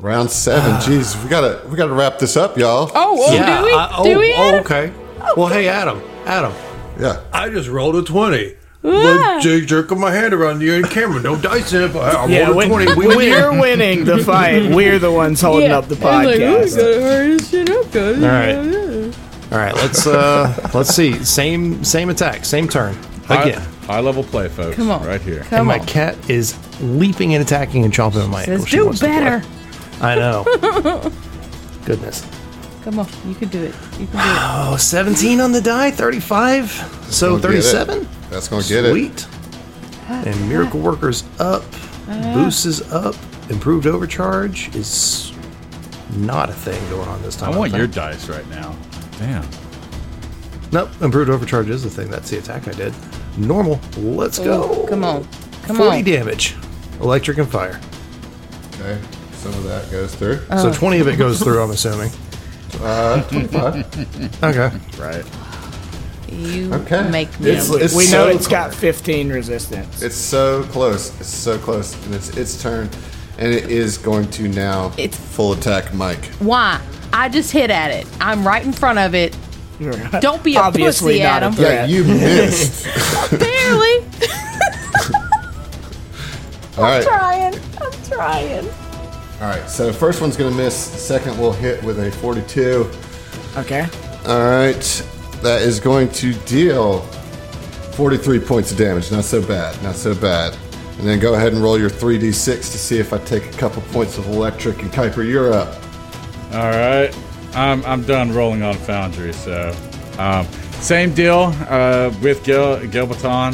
Round seven. Jeez, we gotta we gotta wrap this up, y'all.
Ah. Oh, oh do we?
I- oh,
do we?
oh,
Adam?
okay. Well, hey, Adam. Adam,
Yeah.
I just rolled a 20.
Ah.
Look, Jake jerking my hand around you and camera. No dice in it, but I rolled
Yeah,
a
when,
20. We
when
win.
you're winning the fight, we're the ones holding up the podcast.
All right.
Mm-hmm.
All right, let's uh let's see. Same same attack, same turn.
High,
Again.
high level play, folks.
Come on.
Right here.
and
Come
my
on.
cat is leaping and attacking and chomping on my ankle.
Says,
She
do
wants to play.
better.
I know. Goodness.
Come on, you can do it. You can
Oh, 17 on the die, 35. So
Gonna get it.
37.
That's gonna get it.
Sweet. And Miracle Worker's up. Boost is up. Improved overcharge is not a thing going on this time.
I want
don't
your
think.
dice right now. Damn.
Nope, improved overcharge is the thing. That's the attack I did. Normal. Let's
do it.
go.
Oh, Come on. Come
40
on.
damage. Electric and fire.
Okay. Some of that goes through.
Oh.
So 20 of it goes through, I'm assuming.
Uh, 25.
Okay.
Right.
You
Okay.
make me.
It's- it's
we
so
know it's got 15 resistance.
It's so close. It's so close, and it's its turn. and it is going to now
It's-
full attack Mike.
Why? I just hit at it. I'm right in front of it. Don't be a
Obviously
pussy,
not a
Adam.
threat.
Yeah, you missed.
Barely.
All right.
trying. I'm trying.
All right. So first one's going to miss. Second will hit with a 42.
Okay.
All right. That is going to deal 43 points of damage. Not so bad. Not so bad. And then go ahead and roll your 3d6 to see if I take a couple points of electric. And Kuiper, you're up.
All right, I'm I'm done rolling on Foundry. So, um, same deal uh, with Gil Gilbaton.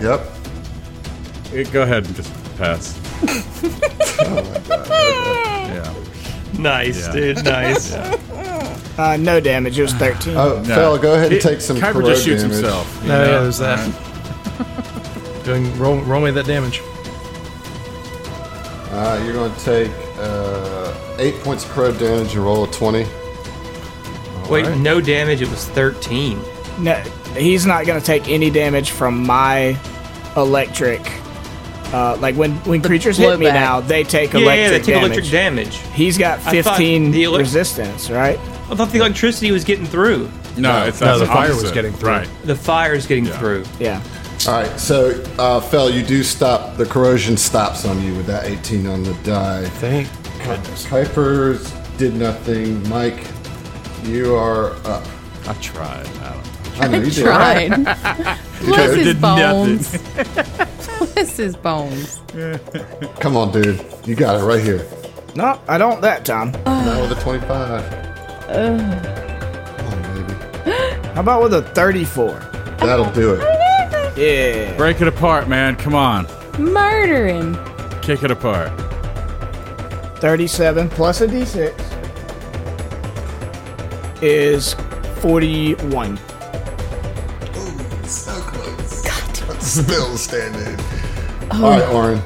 Yep.
Eh, Go ahead and just pass. Yeah.
Nice,
Yeah.
dude. Nice.
Uh, no damage. It was 13.
Uh,
Oh,
No.
Fel, go ahead and
It-
take some
Kuiper
corrode
just shoots
damage.
himself. you
No,
know? Uh,
yeah, there's that. Doing roll, roll me that damage.
Uh, you're going to take uh, 8 points of corrode damage and roll a 20.
Wait, no damage. It was 13.
No, he's not going to take any damage from my electric. Uh, like when when creatures hit me
blowback.
now, they take
Yeah, yeah, they
electric
took
damage.
electric damage.
He's got
I thought
15
the elec-
resistance, right?
I thought the electricity was getting through.
No, it's
No,
that's
the fire was
opposite.
getting through.
Right.
The fire's getting through.
Yeah.
All right. So, uh, Fel, you do stop. The corrosion stops on you with that 18 on the die.
Thank goodness.
Kuiper's did nothing. Mike, you are up.
I tried. Adam.
I know you did.
Trying. Bless his
Did nothing.
bones. Bless his bones.
Come on, dude. You got it right here.
No, I don't that time.
Now with a 25. Come on, baby.
How about with a 34?
That'll do it.
Yeah.
Break it apart, man. Come on,
Murdering.
kick it apart.
37 plus a d6 is 41.
So close. Still standing. All right, Oren.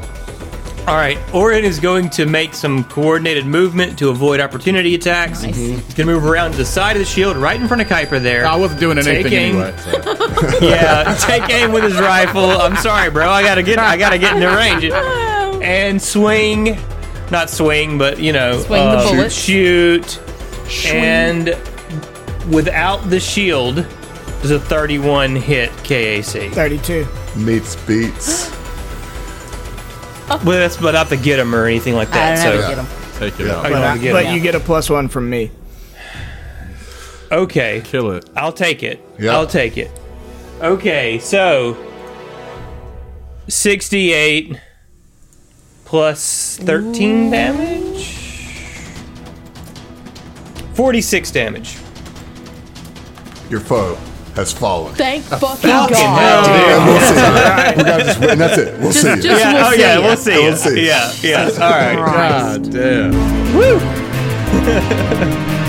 All right, Orin is going to make some coordinated movement to avoid opportunity attacks.
Nice.
He's going to move around to the side of the shield, right in front of Kuiper there.
I wasn't doing anything
Taking-
anyway. so.
yeah, take aim with his rifle. I'm sorry, bro. I gotta get. I gotta get into range and swing. Not swing, but you know, uh,
Swing the bullet.
Shoot, and without the shield, does a 31 hit KAC?
32.
Meets beats.
Well, that's without the get him or anything like that.
I don't
So
have to get him.
Take it out.
don't
But,
have
I-
to get
but
it.
you get a plus one from me.
okay,
Kill it.
I'll take it.
Yeah.
I'll take it. Okay, so 68 plus 13 damage. 46 damage.
Your foe has fallen.
Thank fucking
Fucking
God.
hell,
And we'll see. you.
dude.
We gotta just win. That's it. We'll see. you.
just-
Yeah,
We'll
oh
see
yeah,
ya.
we'll see. ya.
We'll see.
Yeah, yeah. All right.
God
Christ.
damn.